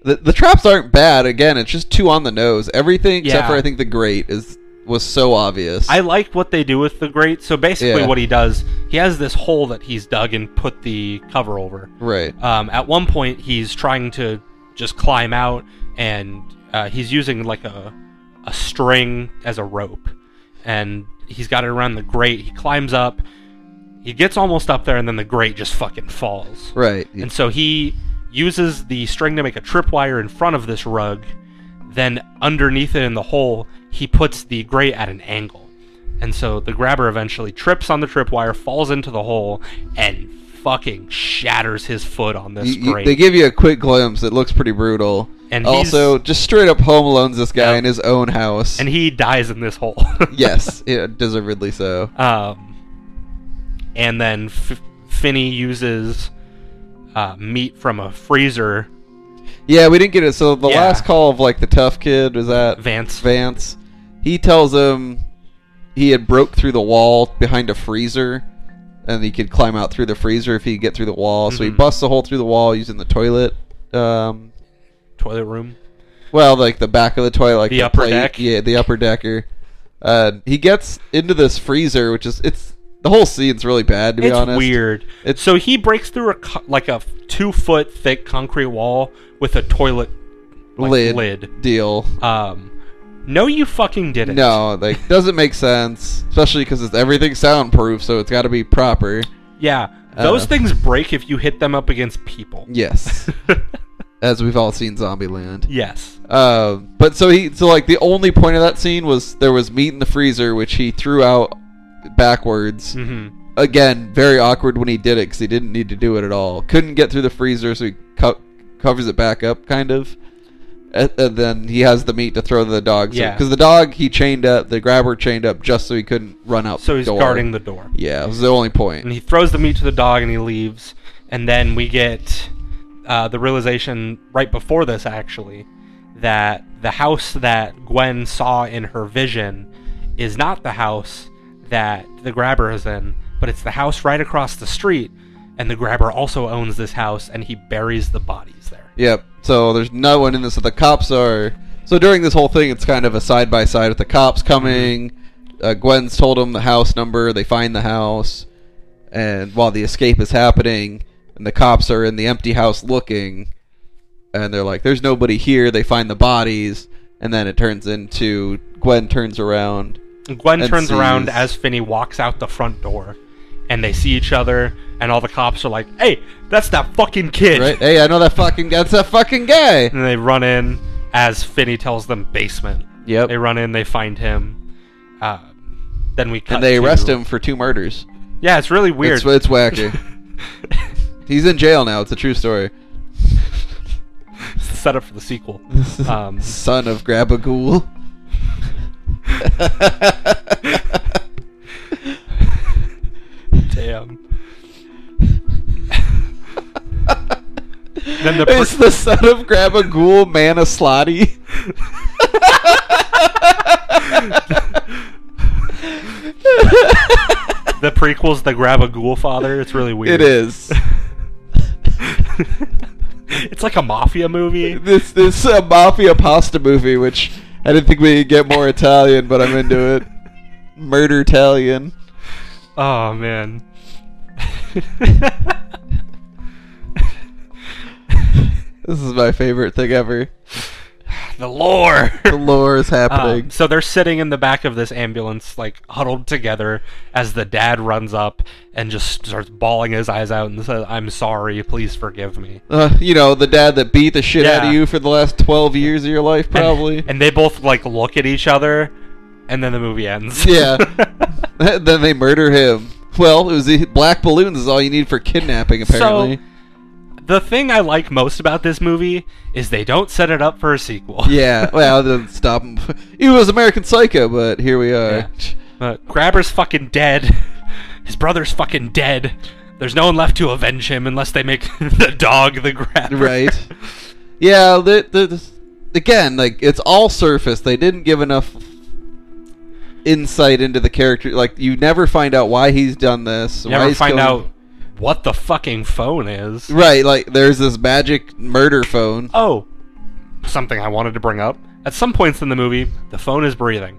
S3: the, the traps aren't bad. Again, it's just two on the nose. Everything except
S4: Yeah.
S3: for I think the grate is was so obvious.
S4: I like what they do with the grate. So basically,
S3: Yeah.
S4: what he does, he has this hole that he's dug and put the cover over.
S3: right.
S4: Um, at one point, he's trying to just climb out, and uh, he's using like a a string as a rope, and he's got it around the grate. He climbs up, he gets almost up there, and then the grate just fucking falls.
S3: Right.
S4: And so he uses the string to make a tripwire in front of this rug. Then underneath it in the hole, he puts the grate at an angle. And so the grabber eventually trips on the tripwire, falls into the hole, and fucking shatters his foot on this
S3: You- you-
S4: grate.
S3: they give you a quick glimpse. It looks pretty brutal.
S4: And
S3: also,
S4: he's-
S3: just straight up home alones this guy
S4: Yeah.
S3: in his own house.
S4: and he dies in this hole.
S3: yes, yeah, deservedly so.
S4: Um, and then F- Finney uses uh, meat from a freezer.
S3: Yeah, we didn't get it. So the
S4: Yeah.
S3: last call of like the tough kid was that
S4: Vance.
S3: Vance. He tells him he had broke through the wall behind a freezer, and he could climb out through the freezer if he could get through the wall. So he
S4: Mhm.
S3: busts a hole through the wall using the toilet. Um,
S4: Toilet room.
S3: Well, like the back of the toilet, like
S4: The upper
S3: plate-
S4: deck?
S3: Yeah, the upper decker. Uh, he gets into this freezer, which is it's the whole scene's really bad to be
S4: it's
S3: honest.
S4: weird.
S3: It's-
S4: so he breaks through a co- like a two foot thick concrete wall with a toilet like,
S3: lid,
S4: lid.
S3: deal.
S4: Um, no, you fucking didn't.
S3: No, like doesn't make sense, especially because it's everything soundproof, so it's got to be proper.
S4: Yeah,
S3: Uh.
S4: those things break if you hit them up against people.
S3: Yes, as we've all seen Zombieland.
S4: yes.
S3: Uh, but so he so like the only point of that scene was there was meat in the freezer, which he threw out backwards.
S4: hmm
S3: again, very awkward when he did it because he didn't need to do it at all. Couldn't get through the freezer, so he cu- covers it back up, kind of. And, and then he has the meat to throw to the dogs.
S4: Yeah.
S3: Because the dog he chained up, the grabber chained up just so he couldn't run out.
S4: So he's
S3: the door.
S4: guarding the door.
S3: Yeah, it was the only
S4: And
S3: point.
S4: he throws the meat to the dog and he leaves. And then we get uh, the realization right before this, actually, that the house that Gwen saw in her vision is not the house that the grabber is in, but it's the house right across the street. And the grabber also owns this house and he buries the bodies there.
S3: Yep. So there's no one in this. So the cops are. So during this whole thing, it's kind of a side by side with the cops coming. Uh, Gwen's told them the house number. They find the house, and while the escape is happening, and the cops are in the empty house looking, and they're like, "There's nobody here." They find the bodies, and then it turns into Gwen turns around.
S4: Gwen
S3: and
S4: turns around
S3: sees-
S4: as Finney walks out the front door, and they see each other, and all the cops are like, "Hey, that's that fucking kid!"
S3: Right? hey, I know that fucking that's that fucking guy.
S4: And they run in as Finney tells them basement.
S3: Yep.
S4: They run in, they find him. Uh, then we cut
S3: And they
S4: to-
S3: arrest him for two murders.
S4: Yeah, it's really weird.
S3: It's it's wacky. He's in jail now. It's a true story.
S4: it's the setup for the sequel. Um,
S3: Son of Gabagool.
S4: damn. Then the
S3: it's
S4: per-
S3: the son of Gabagool Manislati.
S4: The prequel's the grab a ghoul father. It's really weird.
S3: It is.
S4: it's like a mafia movie.
S3: This this uh, mafia pasta movie, which I didn't think we could get more Italian, but I'm into it. Murder Italian.
S4: Oh man.
S3: This is my favorite thing ever.
S4: the lore.
S3: The lore is happening.
S4: Um, so they're sitting in the back of this ambulance, like huddled together, as the dad runs up and just starts bawling his eyes out and says, "I'm sorry, please forgive me."
S3: Uh, you know, the dad that beat the shit out
S4: Yeah.
S3: of you for the last 12 years of your life, probably.
S4: And they both like look at each other, and then the movie ends.
S3: Yeah. then they murder him. Well, it was the black balloons is all you need for kidnapping, apparently.
S4: the thing I like most about this movie is they don't set it up for a sequel.
S3: yeah, well, then stop him. He was American Psycho, but here we are.
S4: But Uh, Grabber's fucking dead. His brother's fucking dead. There's no one left to avenge him unless they make the dog the grabber.
S3: Right. Yeah, the, the, this- again, like, it's all surface. They didn't give enough insight into the character. Like, you never find out why he's done this.
S4: You
S3: why
S4: never
S3: he's
S4: find
S3: going-
S4: out what the fucking phone is.
S3: Right, like, there's this magic murder phone.
S4: Oh, something I wanted to bring up. At some points in the movie, the phone is breathing.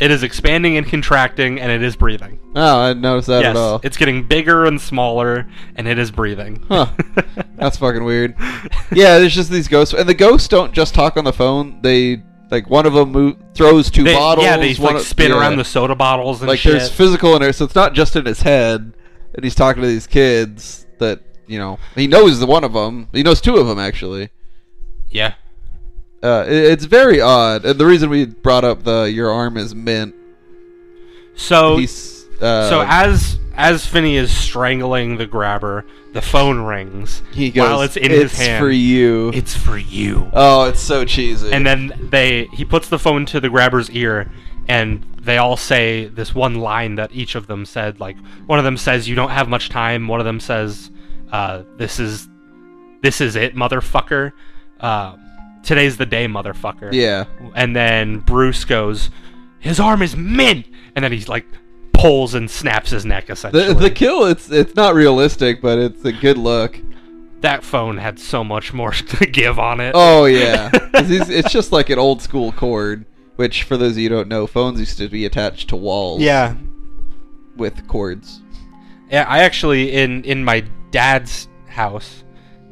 S4: It is expanding and contracting, and it is breathing.
S3: Oh, I didn't notice that at all.
S4: yes, it's getting bigger and smaller, and it is breathing.
S3: Huh. That's fucking weird. Yeah, there's just these ghosts, and the ghosts don't just talk on the phone. They like one of them move, throws two
S4: They-
S3: bottles.
S4: yeah, they
S3: one
S4: like
S3: of-
S4: spin
S3: yeah.
S4: around the soda bottles and
S3: like
S4: shit.
S3: there's physical in there, so it's not just in his head. And he's talking to these kids that you know he knows the one of them. He knows two of them actually.
S4: yeah,
S3: Uh, it- it's very odd, and the reason we brought up the your arm is mint.
S4: so
S3: He's uh,
S4: Oh, so as as Finney is strangling the grabber, the phone rings
S3: he goes,
S4: while it's in his hand.
S3: for you.
S4: It's for you.
S3: oh, it's so cheesy.
S4: And then they he puts the phone to the grabber's ear and they all say this one line that each of them said like one of them says you don't have much time, one of them says uh, this is this is it motherfucker. Uh, today's the day motherfucker.
S3: yeah,
S4: And then Bruce goes his arm is mint and then he's like pulls and snaps his neck essentially.
S3: the the kill it's it's not realistic, but it's a good look.
S4: that phone had so much more to give on it.
S3: Oh yeah, 'Cause he's- it's just like an old school cord, which for those of you who don't know, phones used to be attached to walls.
S4: Yeah.
S3: with cords.
S4: Yeah, I actually in in my dad's house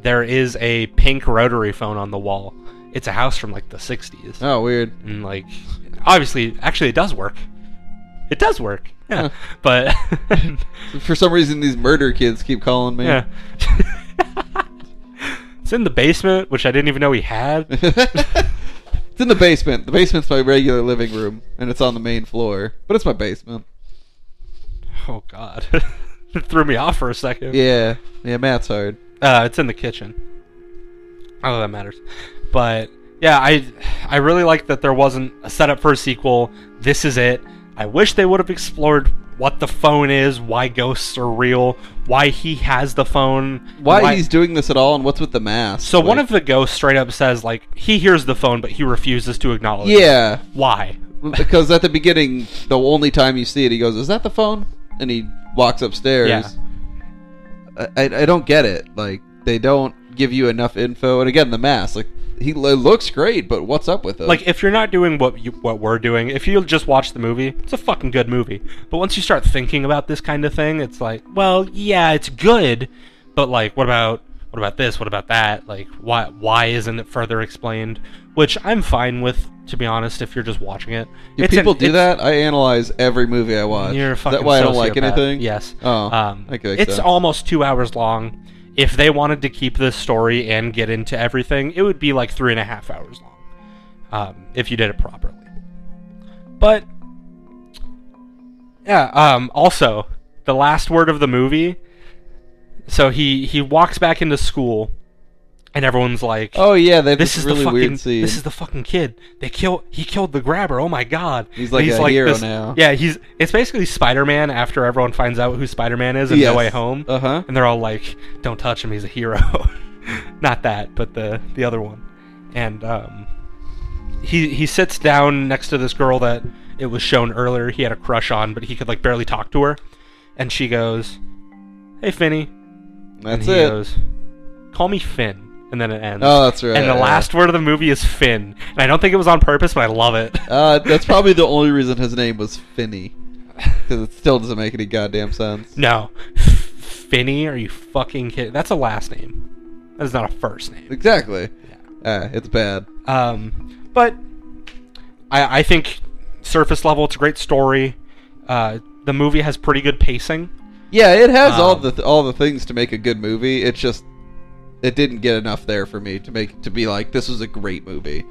S4: there is a pink rotary phone on the wall. It's a house from like the 60s.
S3: Oh weird.
S4: And like obviously actually it does work. It does work. Yeah. But
S3: For some reason, these murder kids keep calling me.
S4: yeah. it's in the basement, which I didn't even know he had.
S3: it's in the basement. The basement's my regular living room, and it's on the main floor, but it's my basement.
S4: Oh god. it threw me off for a second.
S3: Yeah, yeah, math's hard.
S4: Uh, it's in the kitchen. Not that that matters, but yeah, I I really like that there wasn't a setup for a sequel. This is it. I wish they would have explored what the phone is, why ghosts are real, why he has the phone,
S3: Why, he's doing this at all, and what's with the mask?
S4: So one
S3: Like-
S4: of the ghosts straight up says like he hears the phone, but he refuses to acknowledge. it.
S3: yeah,
S4: Why?
S3: because at the beginning, the only time you see it, he goes, "Is that the phone?" And he walks upstairs.
S4: Yeah.
S3: I, I I don't get it. Like they don't give you enough info. And again, the mask. Like he it looks great, but what's up with it?
S4: Like if you're not doing what you, what we're doing, if you just watch the movie, it's a fucking good movie. But once you start thinking about this kind of thing, it's like, well, yeah, it's good, but like, what about what about this? What about that? Like, why why isn't it further explained? Which I'm fine with, to be honest. If you're just watching it,
S3: do
S4: It's an-
S3: people do
S4: it's-
S3: that? I analyze every movie I watch.
S4: You're a
S3: Is
S4: fucking
S3: that why I don't like
S4: sociopath.
S3: anything?
S4: Yes.
S3: Oh,
S4: um,
S3: I could
S4: it's
S3: accept.
S4: almost two hours long. If they wanted to keep this story and get into everything, it would be like three and a half hours long. Um, if you did it properly. But yeah. Um, also, the last word of the movie. So he he walks back into school, and everyone's like,
S3: Oh yeah, they have
S4: this
S3: this,
S4: is
S3: really
S4: the fucking
S3: weird scene.
S4: this is the fucking kid. They kill he killed the grabber. Oh my god.
S3: He's like a hero now.
S4: Yeah, he's it's basically Spider-Man after everyone finds out who Spider-Man is in No Way Home.
S3: Uh huh.
S4: And they're all like, "Don't touch him. He's a hero." Not that, but the the other one. And um he he sits down next to this girl that it was shown earlier he had a crush on, but he could like barely talk to her. And she goes, "Hey Finny."
S3: That's
S4: and he
S3: it.
S4: goes, "Call me Finn." And then it ends.
S3: oh, that's right.
S4: And the
S3: yeah.
S4: last word of the movie is Finn. And I don't think it was on purpose, but I love it.
S3: Uh, that's probably the only reason his name was Finny, because it still doesn't make any goddamn sense.
S4: no. Finny, are you fucking kidding? That's a last name. That is not a first name.
S3: Exactly. Uh, it's bad.
S4: Um, but I, I think surface level, it's a great story. Uh, the movie has pretty good pacing.
S3: Yeah, it has all
S4: Um,
S3: the th- all the things to make a good movie. It's just it didn't get enough there for me to make to be like this was a great movie.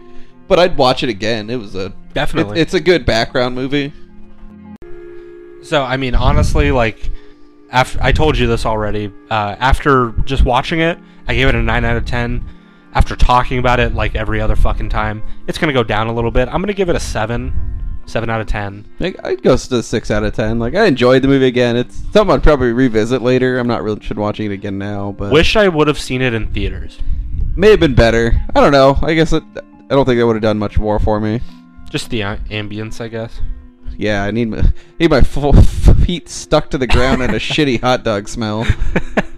S3: But I'd watch it again. It was a it,
S4: Definitely.
S3: it's a good background movie.
S4: So I mean, honestly, like, after I told you this already. Uh, after just watching it, I gave it a nine out of ten. After talking about it, like every other fucking time, it's gonna go down a little bit. I'm gonna give it a seven, seven out of ten.
S3: Like, I'd go to six out of ten. Like I enjoyed the movie again. It's something I'd probably revisit later. I'm not really should watching it again now, but
S4: Wish I would have seen it in theaters.
S3: may have been better. I don't know. I guess it, I don't think that would have done much more for me.
S4: Just the a- ambience, I guess.
S3: Yeah, I need my, need my full feet stuck to the ground and a shitty hot dog smell,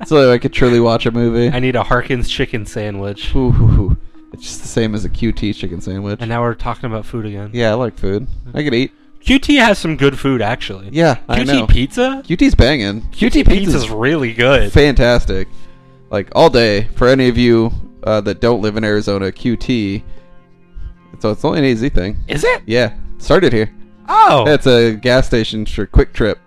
S3: so I could truly watch a movie.
S4: I need a Harkins chicken sandwich.
S3: Ooh, hoo, hoo. it's just the same as a QT chicken sandwich.
S4: And now we're talking about food again.
S3: Yeah, I like food. I could eat.
S4: QT has some good food actually.
S3: Yeah,
S4: QT
S3: I know.
S4: pizza.
S3: QT's banging. QT
S4: Pizza's
S3: pizza's
S4: really good.
S3: fantastic. Like all day for any of you uh, that don't live in Arizona, QT. So it's only an easy thing.
S4: Is it?
S3: Yeah, started here.
S4: Oh,
S3: It's a gas station for Quick Trip.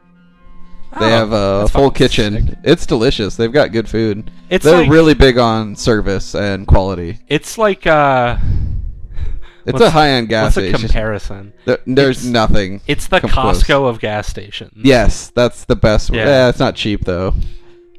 S3: They
S4: Oh,
S3: have a
S4: that's
S3: full
S4: fucking
S3: kitchen.
S4: sick.
S3: It's delicious. They've got good food.
S4: It's
S3: They're
S4: like-
S3: really big on service and quality.
S4: It's like uh
S3: It's
S4: what's-
S3: a high-end gas
S4: What's a
S3: station.
S4: comparison?
S3: There- there's
S4: It's-
S3: nothing.
S4: It's the
S3: come close.
S4: Costco of gas stations.
S3: Yes, that's the best.
S4: Yeah.
S3: Yeah, it's not cheap though.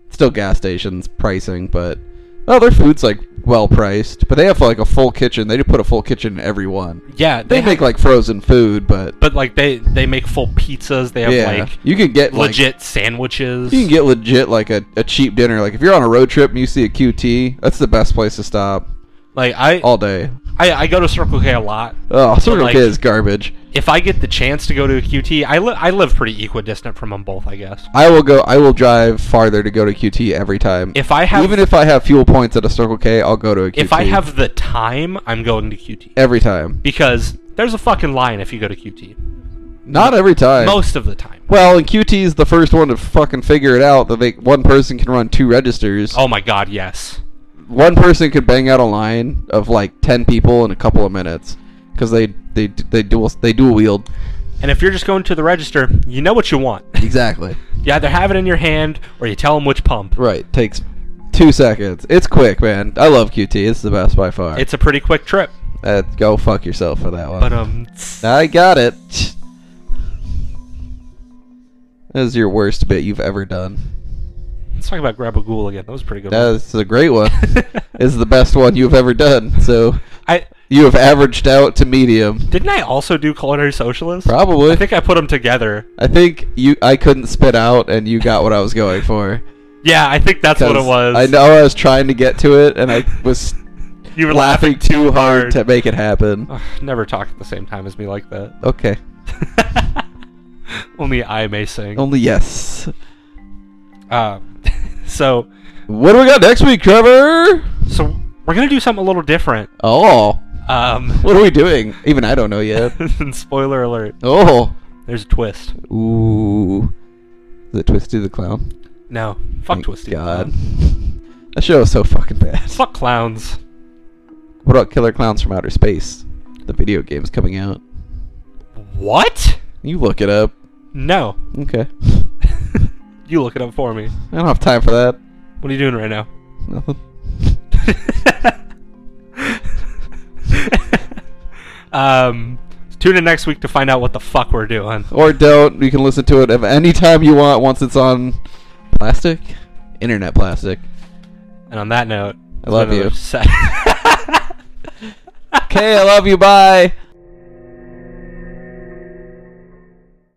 S3: Still gas stations pricing, but oh, their food's like well priced. But they have like a full kitchen. They do put a full kitchen in every one.
S4: Yeah,
S3: They,
S4: they,
S3: make
S4: have-
S3: like frozen food, but
S4: but like they they make full pizzas. They have
S3: yeah,
S4: like
S3: you can get like,
S4: legit sandwiches.
S3: you can get legit like a, a cheap dinner. Like if you're on a road trip and you see a QT, that's the best place to stop
S4: like I,
S3: all day.
S4: I I go to Circle K a lot.
S3: Oh, Circle
S4: like-
S3: K is garbage.
S4: If I get the chance to go to a QT, I li- I live pretty equidistant from them both, I guess.
S3: I will go. I will drive farther to go to QT every time.
S4: If I have
S3: even if I have fuel points at a Circle K, I'll go to a QT.
S4: if I have the time, I'm going to QT
S3: every time,
S4: because there's a fucking line if you go to QT.
S3: not every time.
S4: Most of the time.
S3: Well, and QT's the first one to fucking figure it out that they, one person can run two registers.
S4: Oh my god, yes.
S3: One person could bang out a line of like ten people in a couple of minutes because they they they dual they dual wield.
S4: And if you're just going to the register, you know what you want.
S3: Exactly.
S4: You either have it in your hand or you tell them which pump.
S3: Right. Takes two seconds. It's quick, man. I love QT. It's the best by far.
S4: It's a pretty quick trip.
S3: uh, go fuck yourself for that one.
S4: But um,
S3: I got it. That is your worst bit you've ever done.
S4: Let's talk about Grab a Ghoul again. That was a pretty good.
S3: Yeah,
S4: one.
S3: this is a great one. this is the best one you've ever done. So
S4: I
S3: you have averaged out to medium.
S4: didn't. I also do culinary socialist.
S3: Probably.
S4: I think I put them together.
S3: I think you. I couldn't spit out, and you got what I was going for.
S4: Yeah, I think that's what it
S3: 'Cause
S4: was.
S3: I know I was trying to get to it, and I was
S4: You were
S3: laughing,
S4: laughing Oh.
S3: too hard to make it happen.
S4: Ugh, never talk at the same time as me like that.
S3: Okay.
S4: Only I may sing.
S3: Only yes.
S4: Uh, so,
S3: What do we got next week, Trevor?
S4: so we're gonna do something a little different.
S3: Oh,
S4: Um,
S3: what are we doing? Even I don't know yet.
S4: and spoiler alert:
S3: Oh.
S4: there's a twist.
S3: Ooh. Is it Twisty the Clown?
S4: No, fuck
S3: Thank
S4: twisty.
S3: God.
S4: Clown.
S3: That show is so fucking bad.
S4: fuck clowns.
S3: What about Killer Clowns from Outer Space? The video game's coming out.
S4: What?
S3: You look it up.
S4: No.
S3: Okay.
S4: you look it up for me.
S3: I don't have time for that.
S4: What are you doing right now?
S3: Nothing.
S4: um, tune in next week to find out what the fuck we're doing.
S3: Or don't. You can listen to it of any time you want once it's on plastic, internet plastic.
S4: And on that note,
S3: I love
S4: it's been
S3: you.
S4: another se-
S3: Okay, I love you. Bye.